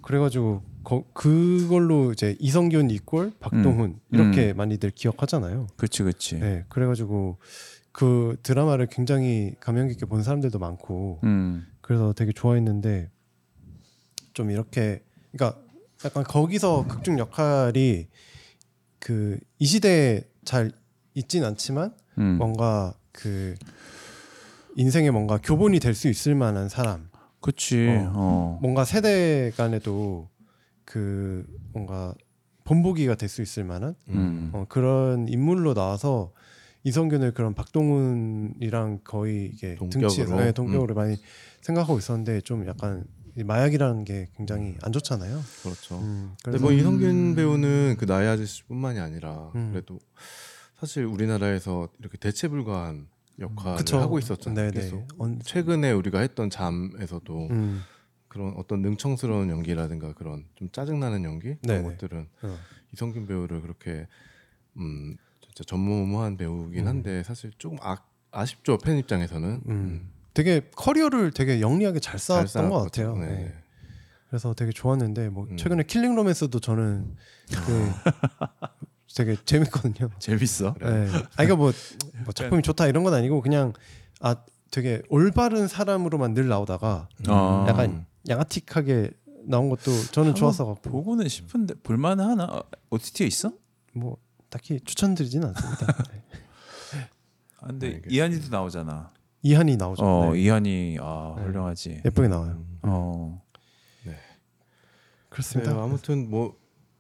그래가지고 거, 그걸로 이제 이성균 이꼴 박동훈 이렇게 많이들 기억하잖아요.
그치 그치
네, 그래가지고 그 드라마를 굉장히 감명 깊게 본 사람들도 많고
음.
그래서 되게 좋아했는데 좀 이렇게 그러니까 약간 거기서 극중 역할이 그 이 시대에 잘 있진 않지만
음.
뭔가 그 인생에 뭔가 교본이 될 수 있을 만한 사람
그치 어.
뭔가 세대 간에도 그 뭔가 본보기가 될 수 있을 만한
음.
어, 그런 인물로 나와서 이성균을 그런 박동훈이랑 거의 이게
동격으로? 음.
등치에서 네, 동격으로 많이 생각하고 있었는데 좀 약간 이 마약이라는 게 굉장히 안 좋잖아요.
그렇죠.
음,
근데
그래서
뭐 이성균 배우는 그 나의 아저씨뿐만이 아니라
음.
그래도 사실 우리나라에서 이렇게 대체불가한 역할을
그쵸.
하고 있었잖아요.
네네.
계속. 어.
언-
최근에 우리가 했던 잠에서도
음,
그런 어떤 능청스러운 연기라든가 그런 좀 짜증나는 연기 그런
네네.
것들은
어.
이성균 배우를 그렇게 음 진짜 전무후무한 배우긴 한데 사실 조금 아, 아쉽죠 팬 입장에서는
음. 되게 커리어를 되게 영리하게 잘
잘
쌓았던 것
쌓았거든요.
같아요.
네.
네. 그래서 되게 좋았는데 뭐
음.
최근에 킬링 로맨스도 저는 그 되게 재밌거든요.
재밌어.
네. 아 이거 뭐, 뭐 작품이 좋다 이런 건 아니고 그냥 아 되게 올바른 사람으로만 늘 나오다가
음.
아.
음. 약간 양아틱하게 나온 것도 저는 좋았어 갖고
음.
보고는 싶은데 볼만 하나? 어, OTT에 있어?
뭐 딱히 추천드리진 않습니다. 네.
아, 근데
알겠습니다.
이한이도 나오잖아.
이한이 나오죠.
어
네.
이한이 아 훌륭하지.
음,
예쁘게 나와요.
어
네,
그렇습니다.
아무튼 뭐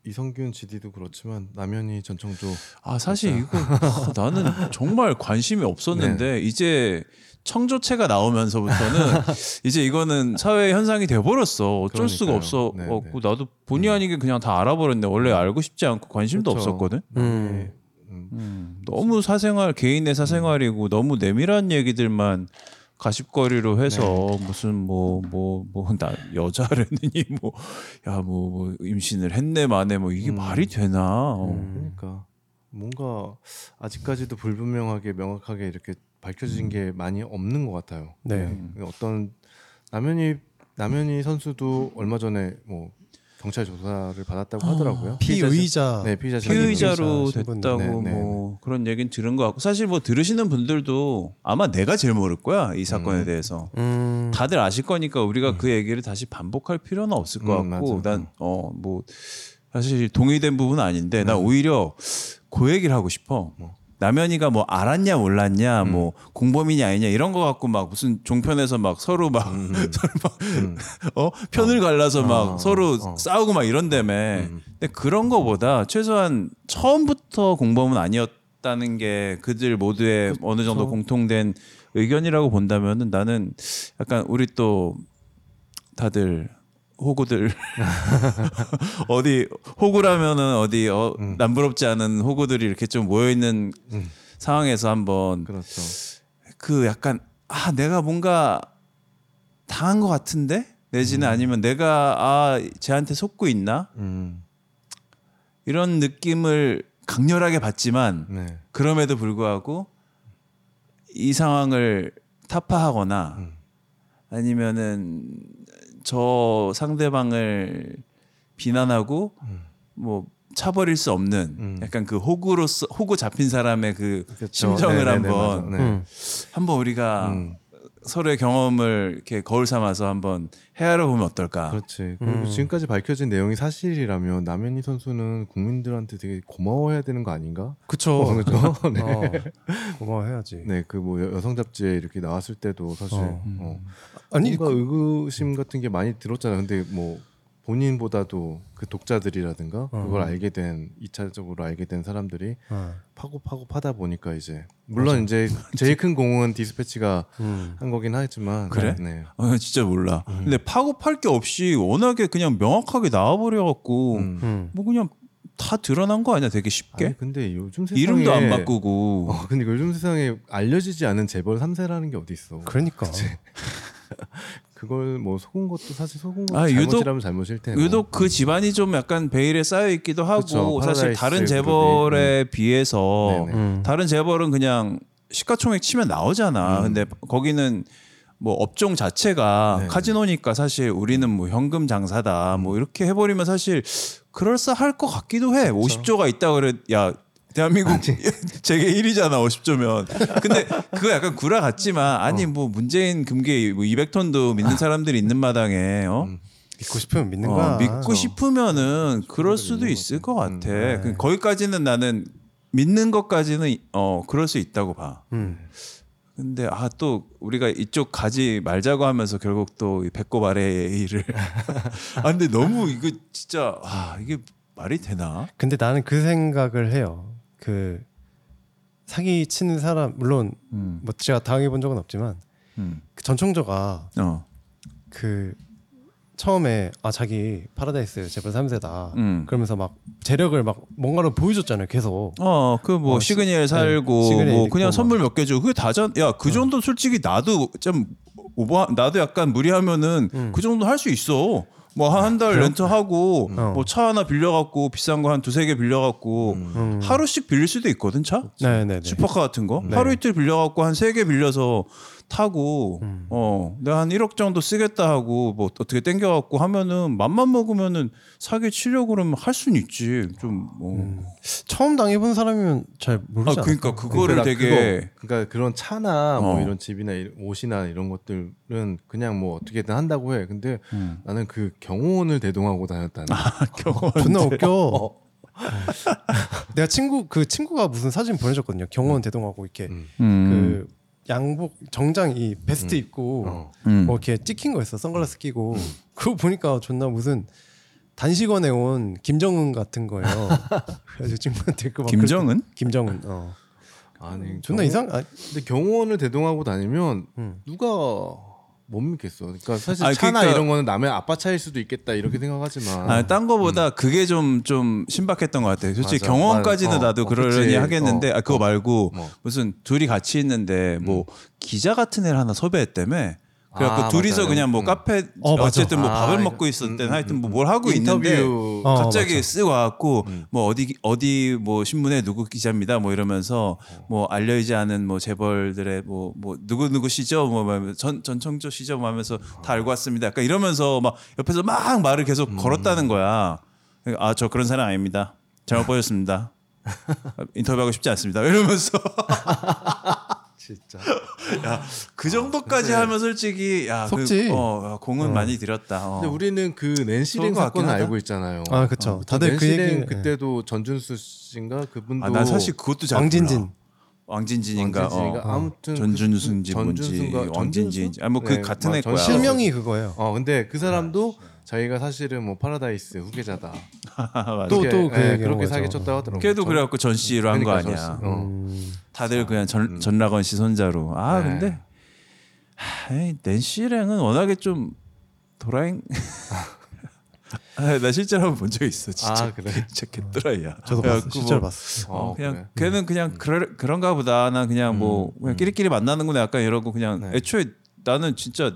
이성균 GD도 그렇지만 남현이 전청조
아 사실 이거 아, 나는 정말 관심이
네.
없었는데 이제 청조체가 나오면서부터는 이제 이거는 사회 현상이 돼버렸어 어쩔 수가
그러니까요.
없어
네, 음.
갖고 나도 본의 아니게 그냥 다 알아버렸네 원래 알고 싶지 않고 관심도
그렇죠.
없었거든
남현이, 음.
음, 너무 사생활 개인의 사생활이고 너무 내밀한 얘기들만 가십거리로 해서
네.
무슨 뭐 뭐 뭐 나 여자라느니 뭐야뭐 뭐, 임신을 했네 마네 뭐
음.
이게 말이 되나 어.
그러니까 뭔가 아직까지도 불분명하게 명확하게 이렇게 밝혀진 게 많이 없는 것 같아요.
네.
음.
어떤 남현이 남현이 선수도 얼마 전에 뭐 경찰 조사를 받았다고 하더라고요.
피의자.
네, 피의자 신분.
피의자로
피의자 신분.
됐다고
네, 네,
뭐 그런 얘기는 들은 것 같고 사실 뭐 들으시는 분들도 아마 내가 제일 모를 거야 이 사건에 대해서
음,
다들 아실 거니까 우리가 그 얘기를 다시 반복할 필요는 없을 것
음,
같고
맞아.
난 어 뭐 사실 동의된 부분은 아닌데
네.
난 오히려 그 얘기를 하고 싶어. 남현이가 뭐 알았냐 몰랐냐
음.
뭐 공범이냐 아니냐 이런 거 갖고 막 무슨 종편에서 막 서로 막
음.
서로 막 어? 편을 갈라서
어.
막 서로 싸우고 막 이런다며.
음.
근데 그런 거보다 최소한 처음부터 공범은 아니었다는 게 그들 모두의 어느 정도 공통된 의견이라고 본다면은 나는 약간 우리 또 다들 호구들 어디 호구라면은 어디 어, 남부럽지 않은 호구들이 이렇게 좀 모여 있는 상황에서 한번
그렇죠.
그 약간 아 내가 뭔가 당한 것 같은데 내지는 아니면 내가 아 쟤한테 속고 있나
음,
이런 느낌을 강렬하게 받지만
네.
그럼에도 불구하고 이 상황을 타파하거나 아니면은 저 상대방을 비난하고 뭐 차버릴 수 없는
음.
약간 그 호구로서 호구 잡힌 사람의 그
그렇죠.
심정을
네네네,
한번 아.
맞아. 네.
음.
한번 우리가
음.
서로의 경험을 이렇게 거울 삼아서 한번 헤아려 보면 어떨까?
그렇지. 그리고 지금까지 밝혀진 내용이 사실이라면 남현희 선수는 국민들한테 되게 고마워해야 되는 거 아닌가?
그쵸.
어, 그렇죠. 네.
어, 고마워해야지.
네, 그 뭐 여성 잡지에 이렇게 나왔을 때도 사실
어.
음.
어,
아니 그-
뭔가 의구심 같은 게 많이 들었잖아요. 근데 뭐 본인보다도 그 독자들이라든가
어.
그걸 알게 된 이차적으로 알게 된 사람들이
어.
파고 파고 파다 보니까 이제 물론 이제 제일 큰 공은 디스패치가
음.
한 거긴 하지만
그래?
네.
아, 진짜 몰라.
음.
근데 파고 팔 게 없이 워낙에 그냥 명확하게 나와버려 갖고
음.
음.
뭐 그냥 다 드러난 거 아니야? 되게 쉽게
아니, 근데 요즘 세상에
이름도 안 바꾸고
어, 근데 요즘 세상에 알려지지 않은 재벌 3세라는 게 어디 있어?
그러니까.
그걸 뭐 속은 것도 사실 속은 것도
아, 유독-
잘못이라면 잘못일 텐데.
유독 그 집안이 좀 약간 베일에 쌓여 있기도 하고
네, 뭐. 그쵸,
사실
파라다이스
다른
그룹이. 음.
재벌에 비해서
네네.
음.
다른 재벌은 그냥 시가총액 치면 나오잖아. 근데 거기는 뭐 업종 자체가 카지노니까 사실 우리는 뭐 현금 장사다 뭐 이렇게 해버리면 사실 그럴싸할 것 같기도 해. 50조가 있다 그래 야 대한민국 재계 1위잖아 50조면. 근데 그거 약간 구라 같지만 아니 뭐 문재인 금괴 뭐 200톤도 믿는 사람들이 있는 마당에 어
믿고 싶으면 믿는
어,
거야.
믿고 싶으면은 그럴 수도 있을 것 같아. 그 거기까지는 나는 믿는 것까지는 어 그럴 수 있다고 봐.
음.
근데 아 또 우리가 이쪽 가지 말자고 하면서 결국 또이 배꼽 아래의 일을 아 근데 너무 이거 진짜 아 이게 말이 되나?
근데 나는 그 생각을 해요. 그 사기 치는 사람 물론
음.
뭐 제가 당해 본 적은 없지만
음.
그 전총조가
어.
그 처음에 아 자기 파라다이스 재벌 3세다
음.
그러면서 막 재력을 막 뭔가로 보여줬잖아요 계속
어, 그 뭐
어, 시-
시그니엘 살고
네, 시그니엘
뭐
있고
그냥
막. 어.
선물 몇 개 주고 그게 다잖 야, 그 정도 솔직히 나도 좀 오버 나도 약간 무리하면은
음.
그 정도 할 수 있어. 뭐 한 달 렌트하고
어.
뭐 차 하나 빌려 갖고 비싼 거 한 두세 개 빌려 갖고
음.
하루씩 빌릴 수도 있거든, 차?
네네네
슈퍼카 같은 거 하루 이틀 빌려갖고 한 세 개 빌려서 타고
음.
어 내가 한 1억 정도 쓰겠다 하고 뭐 어떻게 땡겨갖고 하면은 맘만 먹으면은 사기 치려고 그러면 할 수는 있지 좀뭐
처음 당해본 사람이면 잘 모르지
아,
않아요?
그러니까 그거를
그러니까
되게
그거, 그러니까 그런 차나
어.
뭐 이런 집이나 이- 옷이나 이런 것들은 그냥 뭐 어떻게든 한다고 해. 근데
음.
나는 그 경호원을 대동하고 다녔다는.
아. 경험
존나 웃겨
어.
내가 친구 그 친구가 무슨 사진 보내줬거든요 경호원 대동하고 이렇게
음.
음.
그 양복 정장 이 베스트
음.
입고
어.
음.
뭐 이렇게 찍힌 거
음.
있어 선글라스 끼고 그거 보니까 존나 무슨 단식원에 온 김정은 같은 거예요. 그래서 친구한테 그막
김정은
그렇게- 김정은 어
아니
존나
경호-
이상 아,
근데 경호원을 대동하고 다니면
음.
누가 못 믿겠어. 그러니까 사실
아니,
차나
그러니까-
이런 거는 남의 아빠 차일 수도 있겠다 이렇게 생각하지만.
아, 딴 거보다 그게 좀 좀 신박했던 것 같아요. 솔직히
맞아.
경험까지는
맞아.
나도
어,
그러려니
그치.
하겠는데
어,
아, 그거
어,
말고
뭐. 음.
무슨 둘이 같이 있는데 뭐 기자 같은 애를 하나 섭외했다며. 그래갖고
아,
둘이서
맞아요.
그냥 뭐
음.
카페
어, 맞아.
어쨌든 뭐
아,
밥을
이거-
먹고 있을 땐
음,
하여튼
음,
뭐 뭘 하고 있는데
인터뷰
어,
갑자기
맞아.
쓰고 와갖고
음.
뭐 어디 어디 뭐 신문에 누구 기자입니다 뭐 이러면서 뭐 알려지지 않은 뭐 재벌들의 뭐 뭐 누구 누구시죠 뭐전 전청조시죠 뭐 하면서 다 알고 왔습니다 약간 이러면서 막 옆에서 막 말을 계속 걸었다는 거야 아 저 그런 사람 아닙니다 잘못 보셨습니다 인터뷰하고 싶지 않습니다 이러면서
진짜.
그 정도까지 하면 솔직히 야
속지.
그, 어, 공은 많이 들였다 어.
근데 우리는 그 낸시링
그런 것 같긴
사건
하다.
알고 있잖아요.
아, 그쵸.
그
다들 그
낸시링
얘기는-
그때도 전준수 씨인가 그분도
예. 아, 난 사실 그것도 잘
왕진진.
몰라. 왕진진인가
전준수인가
어.
아무튼
전준수인지 뭔지
전준수인가?
왕진진인지 아뭐 그
네,
같은
막
애 거야.
전신-
실명이 그거예요.
어 근데 그 사람도 자기가 사실은 뭐 파라다이스 후계자다.
맞아.
또-
그렇게, 예,
그 얘기한
그렇게
거죠. 그러니까
사기쳤다고 하더라고.
걔도 그래갖고 전 씨로 한 거 아니야.
어.
음.
다들 그냥 전, 전라건 씨 손자로. 아
네.
근데 하, 에이, 낸시랭은 워낙에 좀 도라잉. 아, 나 실제로 한번 본 적 있어 진짜.
아, 그래?
진짜 개뜨라이야.
저도 봤어. 실제로 네. 음. 봤어.
어,
어,
그냥
그래.
걔는 그냥 그런가 보다. 난 그냥
음,
뭐 그냥 끼리끼리 만나는구나 약간 이러고 그냥
네.
애초에 나는 진짜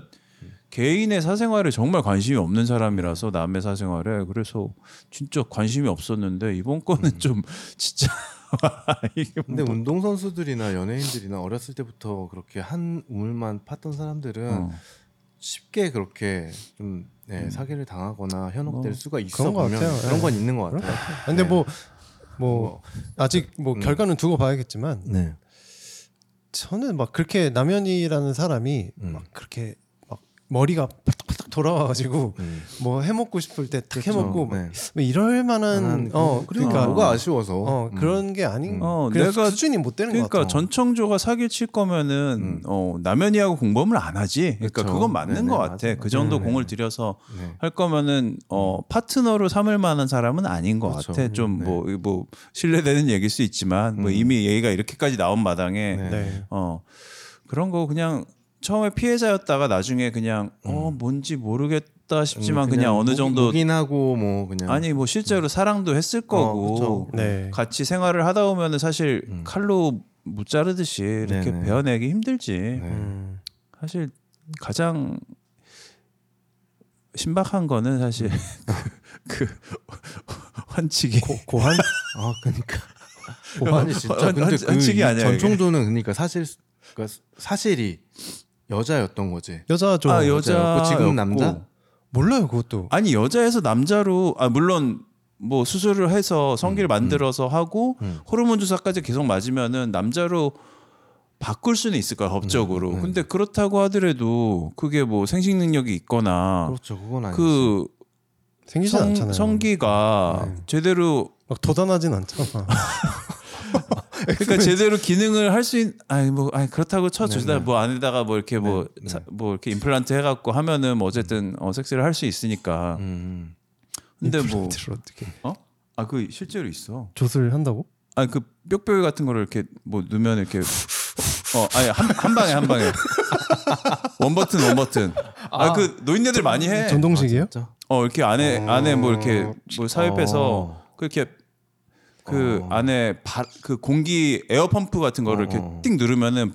개인의 사생활에 정말 관심이 없는 사람이라서 남의 사생활에 그래서 진짜 관심이 없었는데 이번 거는
음.
좀 진짜 이게
근데 운동 선수들이나 연예인들이나 어렸을 때부터 그렇게 한 우물만 팠던
음.
사람들은
어. 음.
쉽게 그렇게 좀 네, 사기를 당하거나 현혹될
뭐,
수가 있어
그런 것
분명히.
같아요.
그런
네.
건 있는 것 같아요.
근데
네.
뭐 뭐 아직 뭐
음.
결과는 두고 봐야겠지만
네.
저는 막 그렇게 남현이라는 사람이
음.
막 그렇게 막 머리가 파닥파닥 돌아와가지고
음.
뭐 해먹고 싶을 때 탁
그렇죠.
해먹고 막
네.
뭐 이럴 만한
나는
어
그러니까
그러니까
뭐가 아쉬워서 음.
어 그런 게 아닌
어,
그래서
내가-
수준이 못 되는 것
그러니까
같아.
전청조가 사기 칠 거면은
음.
어, 남현이하고 공범을 안 하지. 그러니까
그쵸.
그건 맞는
네네,
것 같아.
맞아요.
그 정도
네.
공을 들여서
네.
할 거면은 어 파트너로 삼을 만한 사람은 아닌 것
그렇죠.
같아. 좀
네.
뭐 뭐 신뢰되는 얘기일 수 있지만 뭐
음.
이미 얘기가 이렇게까지 나온 마당에
네.
네.
어 그런 거 그냥 처음에 피해자였다가 나중에 그냥 어 뭔지 모르겠다 싶지만
음,
그냥, 어느
묵-
정도
묵인하고 뭐 그냥
아니 뭐 실제로 사랑도 했을 거고
음. 어, 그쵸.
네.
같이 생활을 하다 보면은 사실
음.
칼로 못 자르듯이 이렇게
네네.
베어내기 힘들지.
네.
음.
사실 가장 신박한 거는 사실 그, 그 환치기
음. 고한 아 그러니까 아니 진짜
환-
근데
환- 환측이
그
아니야, 이게.
전총조는 그러니까 사실 그러니까 사실이 여자였던 거지
여자죠.
아 여자
여자였고 지금 남자?
몰라요 그것도.
아니 여자에서 남자로 아 물론 뭐 수술을 해서 성기를 만들어서 하고
음.
호르몬 주사까지 계속 맞으면은 남자로 바꿀 수는 있을 거야 법적으로
음.
근데 그렇다고 하더라도 그게 뭐 생식 능력이 있거나
그렇죠 그건 아니지
어. 그
생기지
성, 네.
않잖아요.
성기가 제대로
막 도단하진 않잖아.
그러니까 제대로 기능을 할 수 있, 아니 뭐 아니 그렇다고 쳐주다 뭐 안에다가 뭐 이렇게 뭐 뭐 이렇게 임플란트 해갖고 하면은 뭐 어쨌든 어, 섹스를 할 수 있으니까.
음.
근데 뭐
임플란트를 어떻게
어? 아 그 실제로 있어.
조슬 한다고?
아니 그 뿅뿅이 같은 거를 이렇게 뭐 넣으면 이렇게 어 아니 한, 한 방에 한 방에 원 버튼 원 버튼. 아 그 노인네들 많이 해.
전동식이에요?
진짜?
어 이렇게 안에 안에 뭐 이렇게 뭐
어.
삽입해서 그렇게 그 안에 바, 그 공기 에어 펌프 같은 거를 이렇게
어.
띵 누르면은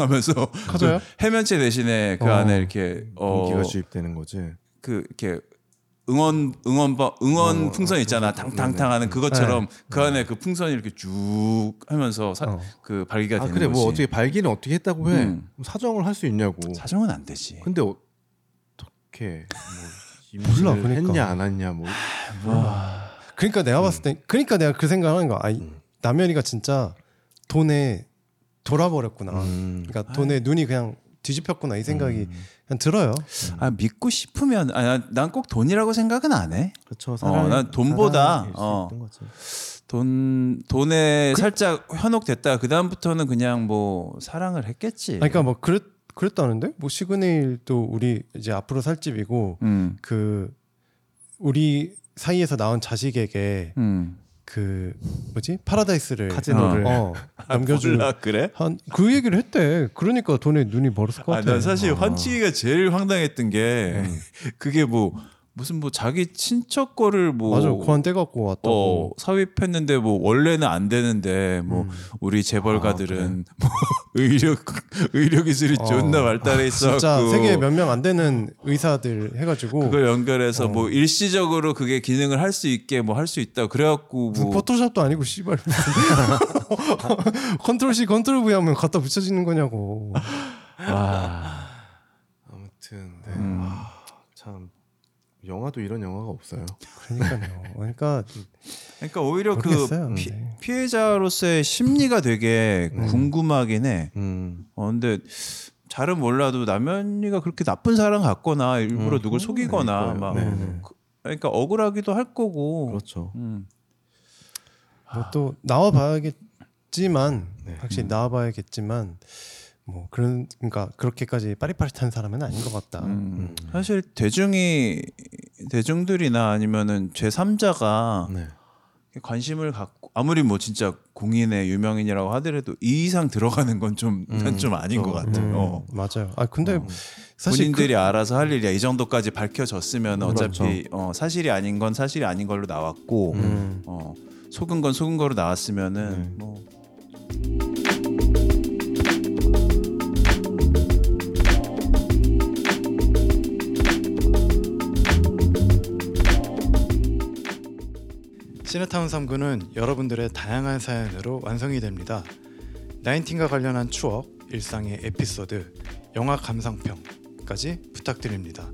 하면서
커져요?
그 해면체 대신에 그 안에 이렇게
어. 공기가
어그 그
주입되는 거지.
이렇게 응원 응원 버-
어,
응원 풍선 있잖아 당당당하는 그것처럼
네.
그 안에 그 풍선이 이렇게 쭉 하면서
어.
사- 그 발기가
아
되는
그래
거지.
뭐 어떻게 발기는 어떻게 했다고 해?
음.
그럼 사정을 할 수 있냐고.
사정은 안 되지.
근데 어떻게 뭐 임신을
몰라, 그러니까.
했냐 안 했냐 뭐
그러니까 내가
음.
봤을 때 그러니까 내가 그 생각을 하는 거야. 아, 이 남현이가 진짜 돈에 돌아버렸구나.
음.
그러니까 돈에 눈이 그냥 뒤집혔구나 이 생각이
음.
그냥 들어요.
아 믿고 싶으면 아난 꼭 돈이라고 생각은 안 해.
그렇죠.
사랑이- 어, 난 돈보다, 사랑일 수 어. 있던 돈 돈에
그
살짝 현혹됐다. 그 다음부터는 그냥 뭐 사랑을 했겠지.
아니, 그러니까 뭐 그랬 그랬다는데 뭐 시그네일도 우리 이제 앞으로 살 집이고
음,
그 우리 사이에서 나온 자식에게
음.
그 뭐지 파라다이스를
카지노를.
어, 남겨줄
아, 몰라, 그래?
한그 얘기를 했대. 그러니까 돈에 눈이 멀었을 것
아,
같아.
난 사실 환치기가 제일 황당했던 게 그게 뭐 무슨 뭐 자기 친척 거를 뭐
맞아 고한 떼 갖고
어,
왔다고.
삽입했는데 뭐 원래는 안 되는데 뭐
음.
우리 재벌가들은 뭐 의료 의료 기술이
어.
존나 발달해 있어
진짜 세계 몇 어. 명 안 되는 의사들 해가지고
그걸 연결해서 뭐 일시적으로 그게 기능을 할 수 있게 뭐 할 수 있다 그래갖고
무슨
뭐
포토샵도 아니고 씨발 컨트롤 C 컨트롤 V 하면 갖다 붙여지는 거냐고.
아무튼 네.
음.
참 영화도 이런 영화가 없어요.
그러니까요. 그러니까
그러니까 오히려
모르겠어요,
그
네.
피,
근데.
피해자로서의 심리가 되게 궁금하긴 해.
음.
어, 근데 잘은 몰라도 남현이가 그렇게 나쁜 사람 같거나 일부러 누굴 속이거나
그럴
막
거예요. 네네.
그, 그러니까 억울하기도 할 거고.
그렇죠.
음. 아.
뭐 또 나와봐야겠지만
음.
네.
확실히 나와봐야겠지만 뭐 그런 그러니까 그렇게까지 빠릿빠릿한 사람은 아닌 것 같다.
음. 사실 대중이 대중들이나 아니면은 제 3자가
네.
관심을 갖고 아무리 뭐 진짜 공인의 유명인이라고 하더라도 이 이상 들어가는 건 좀 좀 아닌 것 같아요.
음,
어.
맞아요. 아 근데
음.
사실 그- 음, 그렇죠.
본인들이 알아서 할 일이야. 이 정도까지 밝혀졌으면 어차피 어, 사실이 아닌 건 사실이 아닌 걸로 나왔고
음.
어, 속은 건 속은 거로 나왔으면은
네.
뭐
시네타운 3구는 여러분들의 다양한 사연으로 완성이 됩니다. 나인틴과 관련한 추억, 일상의 에피소드, 영화 감상평까지 부탁드립니다.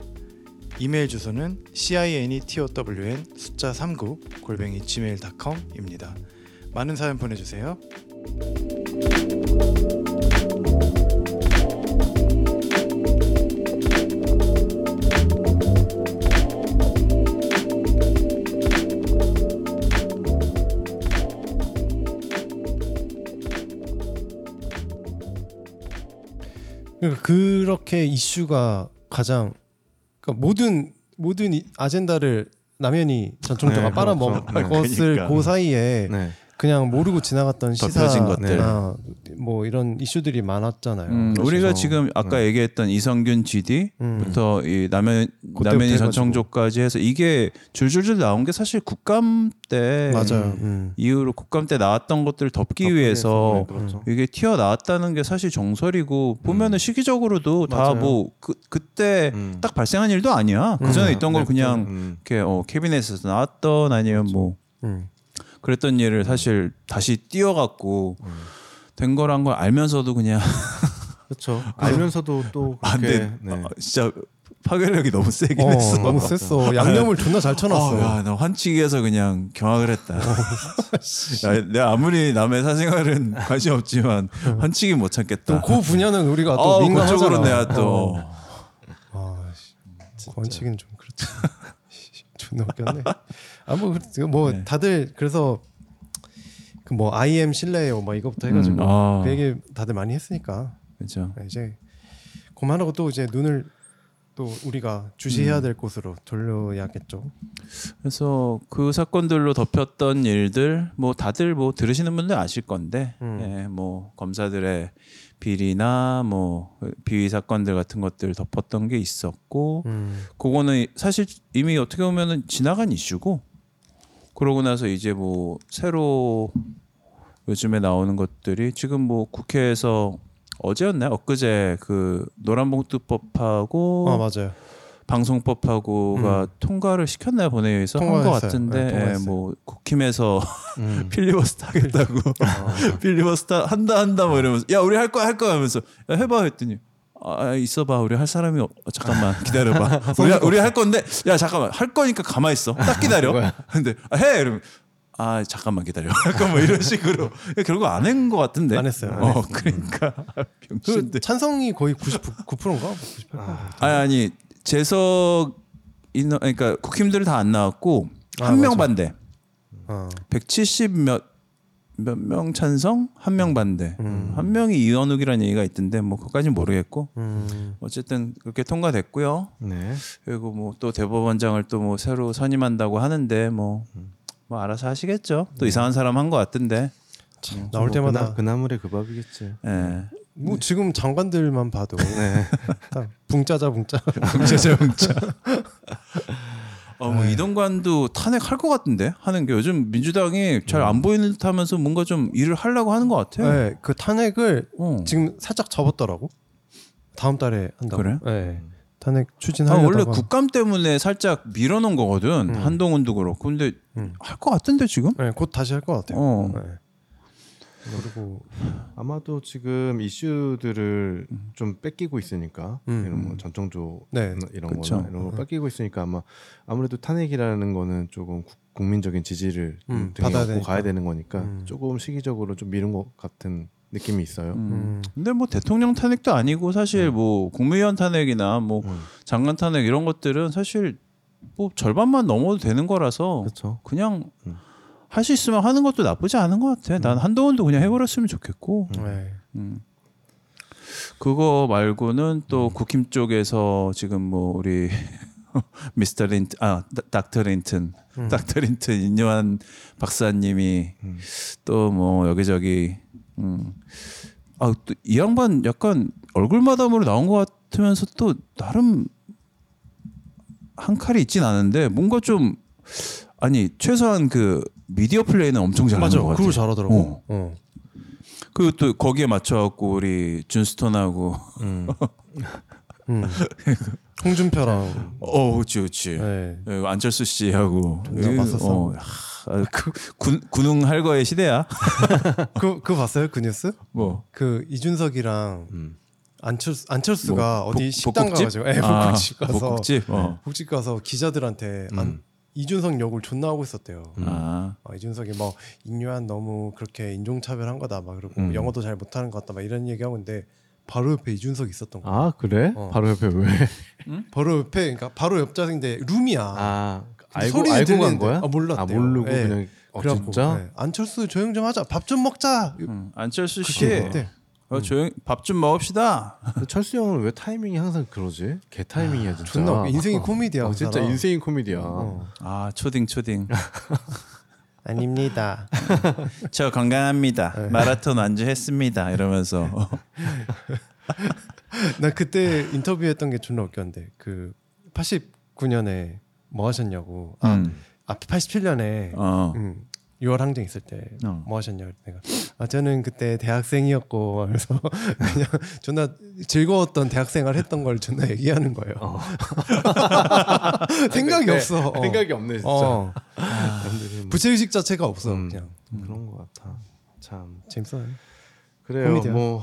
이메일 주소는 e cinetown 숫자 39 골뱅이 gmail.com입니다. 많은 사연 보내주세요.
그러니까 그렇게 이슈가 가장 그러니까 모든 모든 이- 아젠다를 남현이 전 총리가
네,
빨아먹었을
그렇죠. 네, 그러니까.
그 사이에
네.
그냥 모르고 지나갔던 시사
덮여진 것들.
아, 뭐 이런 이슈들이 많았잖아요.
네. 음,
그래서- 네.
우리가 지금 아까 얘기했던 이성균
음.
GD부터 이 남현
그때부터
남현이
해가지고.
전청조까지 해서 이게 줄줄줄 나온 게 사실 국감 때
맞아요. 음.
이후로 국감 때 나왔던 것들을 덮기, 위해서
네, 그렇죠.
이게 튀어 나왔다는 게 사실 정설이고 보면은 시기적으로도 다 뭐 그 그때
음.
딱 발생한 일도 아니야. 그 전에 있던 걸 그냥
음.
이렇게 어 캐비넷에서 나왔던 아니면 뭐
음.
그랬던 일을 사실 다시 띄어갖고 된 거란 걸 알면서도 그냥
그렇죠. 알면서도 또
안
그렇게,
돼.
네.
아, 진짜 파괴력이 너무 세긴
어, 아,
했어.
너무 셌어. 양념을 존나 잘 쳐놨어.
어, 야, 나 환치기에서 그냥 경악을 했다. 야, 내가 아무리 남의 사생활은 관심 없지만 환치기 못 참겠다.
또그 분야는 우리가 또
어,
민감하잖아. 어.
그쪽으로 내가 또
아, 씨. 원칙은 좀 그렇지. 아,
네.
씨, 존나 웃겼네. 아뭐 뭐 다들 뭐 그래서 그뭐 I am 실내요 막 이거부터 해가지고
음, 아.
그 얘기 다들 많이 했으니까 네,
그렇죠.
이제 그만하고 또 이제 눈을 또 우리가
음.
주시해야 될 곳으로 돌려야겠죠.
그래서 그 사건들로 덮였던 일들 뭐 다들 뭐 들으시는 분들 아실 건데
음.
예, 뭐 검사들의 비리나 뭐 비위 사건들 같은 것들 덮었던 게
음.
있었고 그거는 사실 이미 어떻게 보면은 지나간 이슈고 그러고 나서 이제 뭐 새로 요즘에 나오는 것들이 지금 뭐 국회에서 어제였나요? 엊그제 그 노란봉투법하고
아 맞아요.
방송법하고가 통과를 시켰나요 본회의에서 한 것
음. 통과했어요.
같은데
네, 통과했어요. 음.
예, 뭐 국힘에서
음.
필리버스터 하겠다고
아.
필리버스터 한다 한다 뭐 이러면서 야 우리 할 거야 할 거야 하면서 야, 해봐 했더니 아 있어봐 우리 할 사람이 없... 어, 잠깐만 기다려봐 우리 우리 할 건데 야 잠깐만 할 거니까 가만 히 있어
아,
딱 기다려 근데 아, 해 이러면 아 잠깐만 기다려 약간 뭐 이런 식으로 결국 안 한 것 같은데
안 했어요, 안
어 그러니까
그
병신들
찬성이 거의 99%인가? 98%?
아니 아니 재석 인원 그러니까 국힘들 다 안 나왔고
아,
한 명
맞아.
반대
어.
170몇 몇 명 찬성 한 명 반대 한 명이 이원욱이라는 얘기가 있던데 뭐 그까지는 모르겠고
음.
어쨌든 그렇게 통과됐고요
네.
그리고 뭐 또 대법원장을 또 뭐 새로 선임한다고 하는데 뭐, 뭐 알아서 하시겠죠 또 이상한 사람 한 것 같은데
나올 때마다
그 나물의 그 밥이겠지.
예
뭐 지금 장관들만 봐도 딱 붕짜자 붕짜.
네. 붕자자 붕자. 어뭐 이동관도 탄핵할 것 같은데 하는 게 요즘 민주당이 잘 안 보이는 듯하면서 뭔가 좀 일을 하려고 하는 것 같아요.
네, 그 탄핵을
어.
지금 살짝 접었더라고. 다음 달에 한다고.
그래?
네. 탄핵
아,
추진하려다가
원래 국감 때문에 살짝 밀어놓은 거거든 한동훈도 그렇고 근데
음.
할 것 같은데 지금?
네, 곧 다시 할 것 같아요.
어.
네. 그리고
아마도 지금 이슈들을 좀 뺏기고 있으니까
음,
이런 뭐
음.
전통조 뭐
네,
이런
그쵸.
거나 이런 거 뺏기고 있으니까 아마 아무래도 탄핵이라는 거는 조금 국- 국민적인 지지를
음,
등에
받아야
업고
되니까.
가야 되는 거니까
음.
조금 시기적으로 좀 미룬 것 같은 느낌이 있어요.
음. 근데 뭐 대통령 탄핵도 아니고 사실 뭐 국무위원 탄핵이나 뭐
음.
어.
장관 탄핵 이런 것들은 사실 뭐 절반만 넘어도 되는 거라서
그렇죠.
그냥
음.
할 수 있으면 하는 것도 나쁘지 않은 것 같아. 난 한동훈도 그냥 해버렸으면 좋겠고.
네.
음. 그거 말고는 또
음.
국힘 쪽에서 지금 뭐 우리 미스터 린트 아 닥- 닥터 린튼
음.
닥터 린튼 인요한 박사님이 또 뭐 여기저기 음. 아또이 양반 약간 얼굴 마담으로 나온 것 같으면서 또 나름 한 칼이 있진 않은데 뭔가 좀 아니 최소한 그 미디어 플레이는 엄청 잘하는
맞아.
것 같아요.
그걸 잘하더라고. 어.
그 또 거기에 맞춰갖고 우리 준스톤하고
음. 홍준표랑
어 그치 그치
네.
예, 안철수 씨하고
존나
이-
맞섰어.
어, 하, 아, 그, 군, 군웅 할거의 시대야
그, 그 봤어요? 그 뉴스?
뭐
그 이준석이랑 안철수, 안철수가
음. 뭐,
어디
복-
식당
복국집?
가가지고 예,
아,
복국집 가서
복국집? 어.
예, 복국집 가서 기자들한테
음.
안, 이준석 욕을 존나 하고 있었대요.
아,
아, 이준석이 뭐 인류한 너무 그렇게 인종차별한 거다 막 그러고
음.
영어도 잘 못하는 것 같다 막 이런 얘기하고 있는데 바로 옆에 이준석 이 있었던 거.
아 그래?
어.
바로 옆에 왜?
바로 옆에 그러니까 바로 옆자리인데 룸이야.
아
근데
알고
소리는
알고 간
들리는데.
거야?
아, 몰랐대요.
아 모르고
예.
그냥 어,
그래갖고,
진짜?
예, 안철수 조용 좀 하자 밥 좀 먹자.
음, 안철수 씨
그게 어때? 음.
어, 조용 밥좀 먹읍시다
근데 철수 형은 왜 타이밍이 항상 그러지? 개 타이밍이야 진짜.
존나 웃겨. 인생이 코미디야.
어,
그
진짜
사람. 어.
인생이 코미디야.
아 초딩 초딩
아닙니다.
저 건강합니다
네.
마라톤 완주했습니다 이러면서
나 그때 인터뷰했던 게 존나 웃겼는데 그 89년에 뭐 하셨냐고. 아,
음.
아 87년에
어.
음, 6월 항쟁 있을 때 뭐
어.
하셨냐고 내가 아 저는 그때 대학생이었고 그래서 그냥 존나 즐거웠던 대학생활 했던 걸 존나 얘기하는 거예요. 생각이
어, 근데
어. 없어. 어.
생각이 없네 진짜.
어.
남들이 뭐
부채의식 자체가 없어.
음.
그냥
그런 것 같아. 참
재밌어요.
그래요.
코미디야. 음.
뭐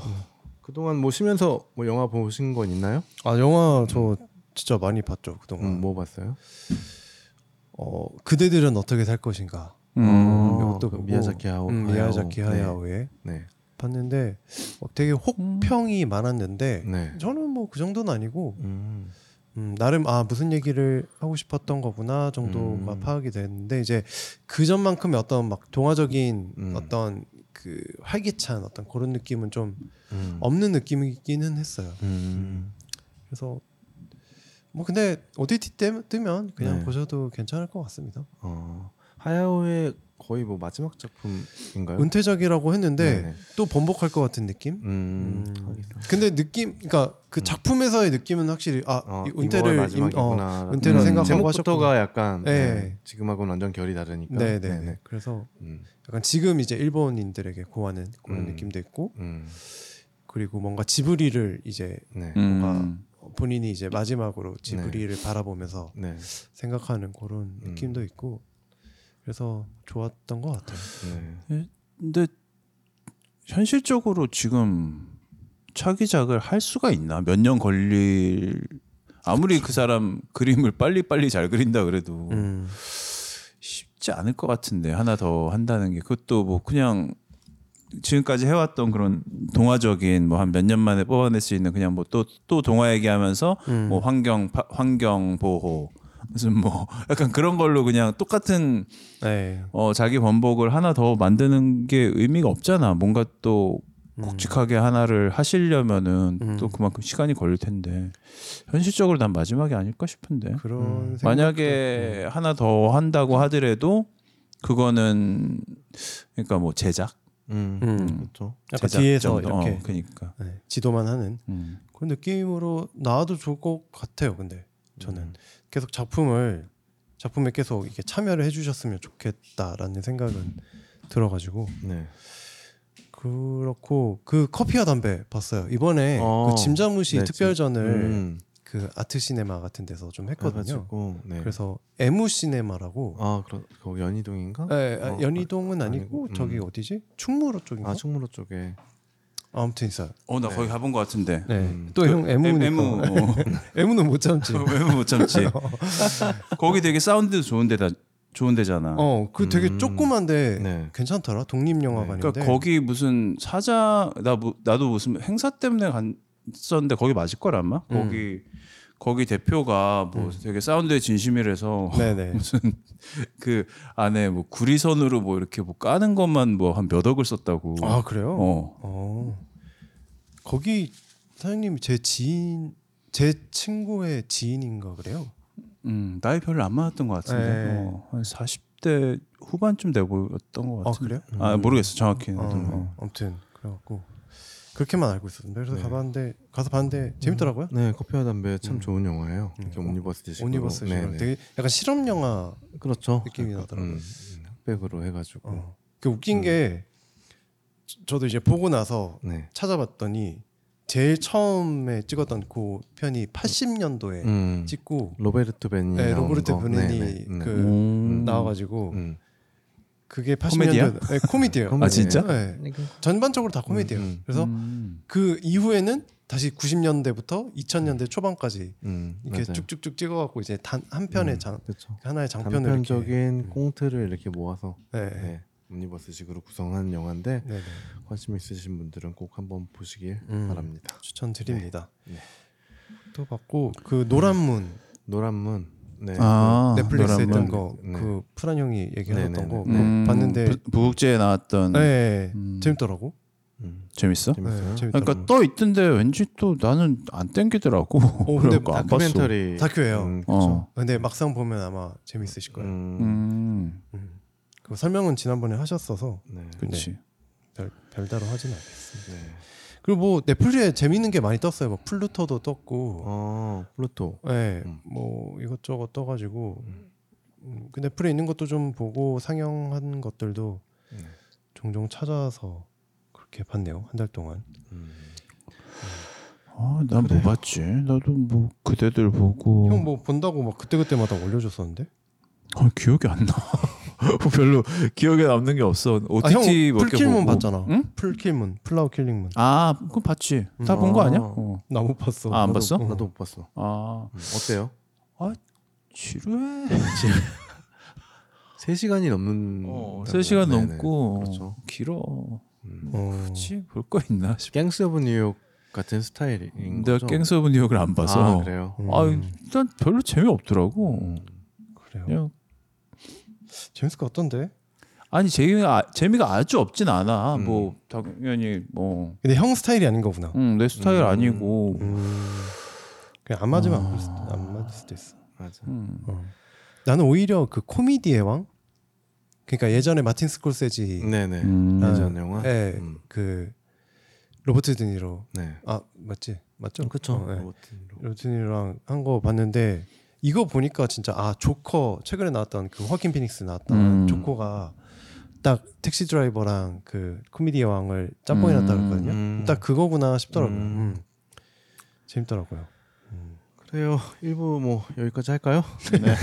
그동안 뭐 쉬면서 뭐 영화 보신 건 있나요?
아 영화 저 진짜 많이 봤죠 그동안.
음, 뭐 봤어요?
어 그대들은 어떻게 살 것인가.
음.
어,
이것도
그
보고.
미야자키 하오.
음,
하야오.
미야자키
네.
하야오의
네.
봤는데 어, 되게 혹평이 많았는데
네.
저는 뭐 그 정도는 아니고
음.
음, 나름 아 무슨 얘기를 하고 싶었던 거구나 정도가
음.
파악이 되는데 이제 그 전만큼의 어떤 막 동화적인
음.
어떤 그 활기찬 어떤 그런 느낌은 좀
음.
없는 느낌이기는 했어요. 그래서 뭐 근데 OTT 때 뜨면 그냥
네.
보셔도 괜찮을 것 같습니다.
어, 하야오의 거의 뭐 마지막 작품인가요?
은퇴작이라고 했는데
네. 네네.
또 번복할 것 같은 느낌?
음.
음. 근데 느낌, 그러니까 그 작품에서의 느낌은 확실히 아
어,
이
이거의
은퇴를 임- 어,
마지막이구나.
은퇴를
음.
생각하고 하셨구나.
제목부터가 약간
예.
네, 지금하고는 완전 결이 다르니까.
네네.
그러니까. 네네.
그래서
음.
약간 지금 이제 일본인들에게 고하는 그런
음.
느낌도 있고
음.
그리고 뭔가 지브리를 이제
네.
음.
뭔가 본인이 이제 마지막으로 지브리를 바라보면서
네.
생각하는 그런
음.
느낌도 있고 그래서 좋았던 것 같아요.
네.
근데 현실적으로 지금 차기작을 할 수가 있나? 몇 년 걸릴 아무리 그 사람 그림을 빨리 빨리 잘 그린다 그래도
음.
쉽지 않을 것 같은데 하나 더 한다는 게 그것도 뭐 그냥 지금까지 해왔던 그런 동화적인 뭐 한 몇 년 만에 뽑아낼 수 있는 그냥 뭐 또 또 동화 얘기하면서
음.
뭐 환경 파- 환경 보호 무슨 뭐 약간 그런 걸로 그냥 똑같은
네.
어, 자기 번복을 하나 더 만드는 게 의미가 없잖아. 뭔가 또 굵직하게 하나를 하시려면은
음.
또 그만큼 시간이 걸릴 텐데 현실적으로 난 마지막이 아닐까 싶은데
그런 생각도-
음. 만약에
음.
하나 더 한다고 하더라도 그거는 그러니까 뭐 제작
음.
음.
그렇죠.
약간
제작
뒤에서
정도.
이렇게
어, 그러니까
네, 지도만 하는
음.
그런 느낌으로 나와도 좋을 것 같아요. 근데
음,
저는
음.
계속 작품을 작품에 계속 이렇게 참여를 해주셨으면 좋겠다라는 생각은 들어가지고
네.
그렇고 그 커피와 담배 봤어요. 이번에
어.
그 짐자무시
네,
특별전을
음.
그 아트 시네마 같은 데서 좀 했거든요.
그래가지고, 네.
그래서 에무 시네마라고
아, 그럼 거기 연희동인가?
예, 아,
어,
연희동은 아니고,
아니고, 음.
저기 어디지? 충무로 쪽인가?
아, 충무로 쪽에.
아무튼 있어요.
어나 거기 가본 것 같은데
네.
음.
또 형
M-
에무니까.
M- 어.
에무는 못 참지.
왜못 참지 거기 되게 사운드 좋은 데다 좋은 데잖아
어, 그 되게
음.
조그만데
네.
괜찮더라. 독립 영화관인데.
그러니까 거기 무슨 사자 나 무- 나도 무슨 행사 때문에 갔었는데 거기 맞을 걸 아마
음.
거기 거기 대표가 뭐 되게 사운드에 진심이라서
네네.
무슨 그 안에 뭐 구리선으로 뭐 이렇게 뭐 까는 것만 뭐 한 몇 억을 썼다고
아 그래요? 어.
어
거기 사장님이 제 지인, 제 친구의 지인인가 그래요.
음, 나이 별로 안 맞았던 것 같은데
네.
어, 한 40대 후반쯤 돼 보였던 것
아,
같은데
그래요?
아, 모르겠어 정확히는
어,
어.
아무튼 그래갖고 그렇게만 알고 있었는데 그래서 가봤는데 가서 봤는데 재밌더라고요. 음.
네, 커피와 담배 참 좋은 영화예요. 이렇게 옴니버스식으로.
오니버스
네,
네,
네.
되게 약간 실험 영화.
그렇죠.
느낌이
약간,
나더라고요.
음, 흑백으로 해가지고.
어. 그 웃긴 게 저- 저도 이제 보고 나서
네.
찾아봤더니 제일 처음에 찍었던 그 편이 80년도에
음.
찍고
로베르토 베니.
네,
나오는
로베르토
거.
베니
네, 네, 네.
그
음.
나와가지고
음.
그게
코미디야?
80년대 네, 코미디예요.
코미디예요. 아,
진짜?
네. 전반적으로 다 코미디예요.
음, 음.
그래서
음.
그 이후에는 다시 90년대부터 2000년대 초반까지
음,
이렇게
맞아요.
쭉쭉쭉 찍어갖고 이제 단 한 편의
음,
장
그렇죠.
하나의 장편을 이렇게 음.
단편적인 꽁트를 이렇게 모아서
네.
네. 옴니버스식으로 구성한 영화인데
네, 네.
관심 있으신 분들은 꼭 한번 보시길
음.
바랍니다.
추천드립니다.
네. 네.
또 봤고 그 노란문
노란문. 네.
아,
그 넷플릭스에
노란문.
있던 거그
네.
프란 형이 얘기했던
네, 네,
거
네, 네.
그거 봤는데
음, 부- 부국제에 나왔던
네,
음.
재밌더라고.
음,
재밌어?
재밌어요.
네, 재밌더라고.
그러니까 또 있던데 왠지 또 나는 안 땡기더라고.
근데
그러니까 안 봤어.
다큐멘터리.
다큐예요.
음, 그렇죠.
어.
근데 막상 보면 아마 재밌으실 거예요.
음,
음.
음. 그 설명은 지난번에 하셨어서
네.
그렇지.
별, 별다로 하진 않겠습니다.
네.
그리고 뭐 넷플릭스에 재밌는 게 많이 떴어요. 뭐 플루토도 떴고,
어, 플루토.
네,
음.
뭐 이것저것 떠가지고 음, 그 넷플에 있는 것도 좀 보고 상영한 것들도
네.
종종 찾아서 그렇게 봤네요. 한 달 동안.
음.
아, 난 뭐 봤지? 나도 뭐 그대들 보고
형 뭐 본다고 막 그때 그때마다 올려줬었는데.
아, 기억이 안 나. 아, 별로 기억에 남는 게 없어. OTT
아, 형
몇개
풀킬문
보고.
봤잖아.
응?
풀킬문, 플라우 킬링문.
아, 그건 봤지. 다 본 거
아.
아니야? 어.
나 못 봤어.
아, 안
나도-
봤어?
나도 못 봤어.
아,
음, 어때요?
지루해.
3시간이 넘는
어, 3시간
음, 네네.
넘고
그렇죠.
길어.
음.
어.
혹시 볼 거 있나 싶어.
갱스 오브 뉴욕 같은 스타일인
내가
거죠?
네, 갱스 오브 뉴욕을 안 봐서
음, 아, 그래요.
아, 일단 별로 재미없더라고.
음, 그래요.
그냥
재밌을 것 같던데.
아니 재미가 아- 재미가 아주 없진 않아.
음.
뭐 당연히 뭐
근데 형 스타일이 아닌 거구나. 음.
음, 내 스타일 아니고
그냥 안 맞으면
아.
안, 볼 수, 안 맞을 수도 있어.
맞아.
음.
나는 오히려 그 코미디의 왕. 그러니까 예전에 마틴 스콜세지
네네.
음.
예전 영화.
예,
음.
그 로버트 드니로
네.
아 맞지 맞죠?
그렇죠.
어, 예. 로버트 드니로랑 한 거 봤는데 이거 보니까 진짜 아 조커 최근에 나왔던 그 화킨 피닉스 나왔던
음.
조커가 딱 택시 드라이버랑 그 코미디의 왕을 짬뽕이 났다
음.
그랬거든요.
음.
딱 그거구나 싶더라고요.
음.
음. 재밌더라고요.
그래요. 1부 뭐 여기까지 할까요? 네.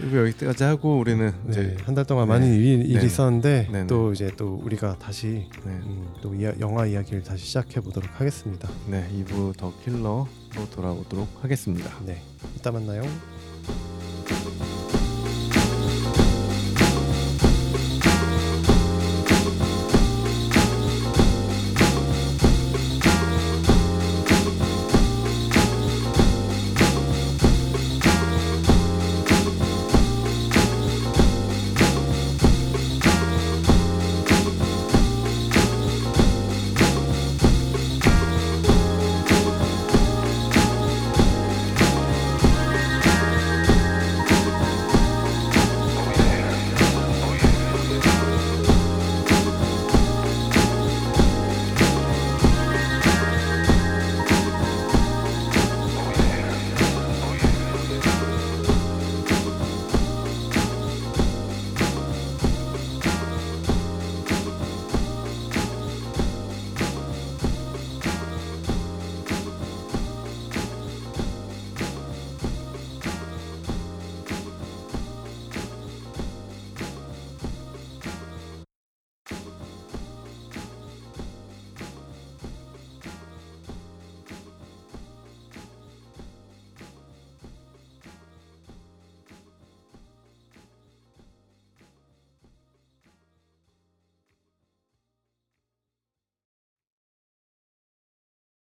1부 여기까지 하고 우리는
네,
이제
한 달 동안
네.
많은 일이, 일이
네네.
있었는데
네네.
또 이제 또 우리가 다시
네.
음, 또 이야- 영화 이야기를 다시 시작해 보도록 하겠습니다.
네, 2부 더 킬러로 돌아오도록 하겠습니다.
네, 이따 만나요.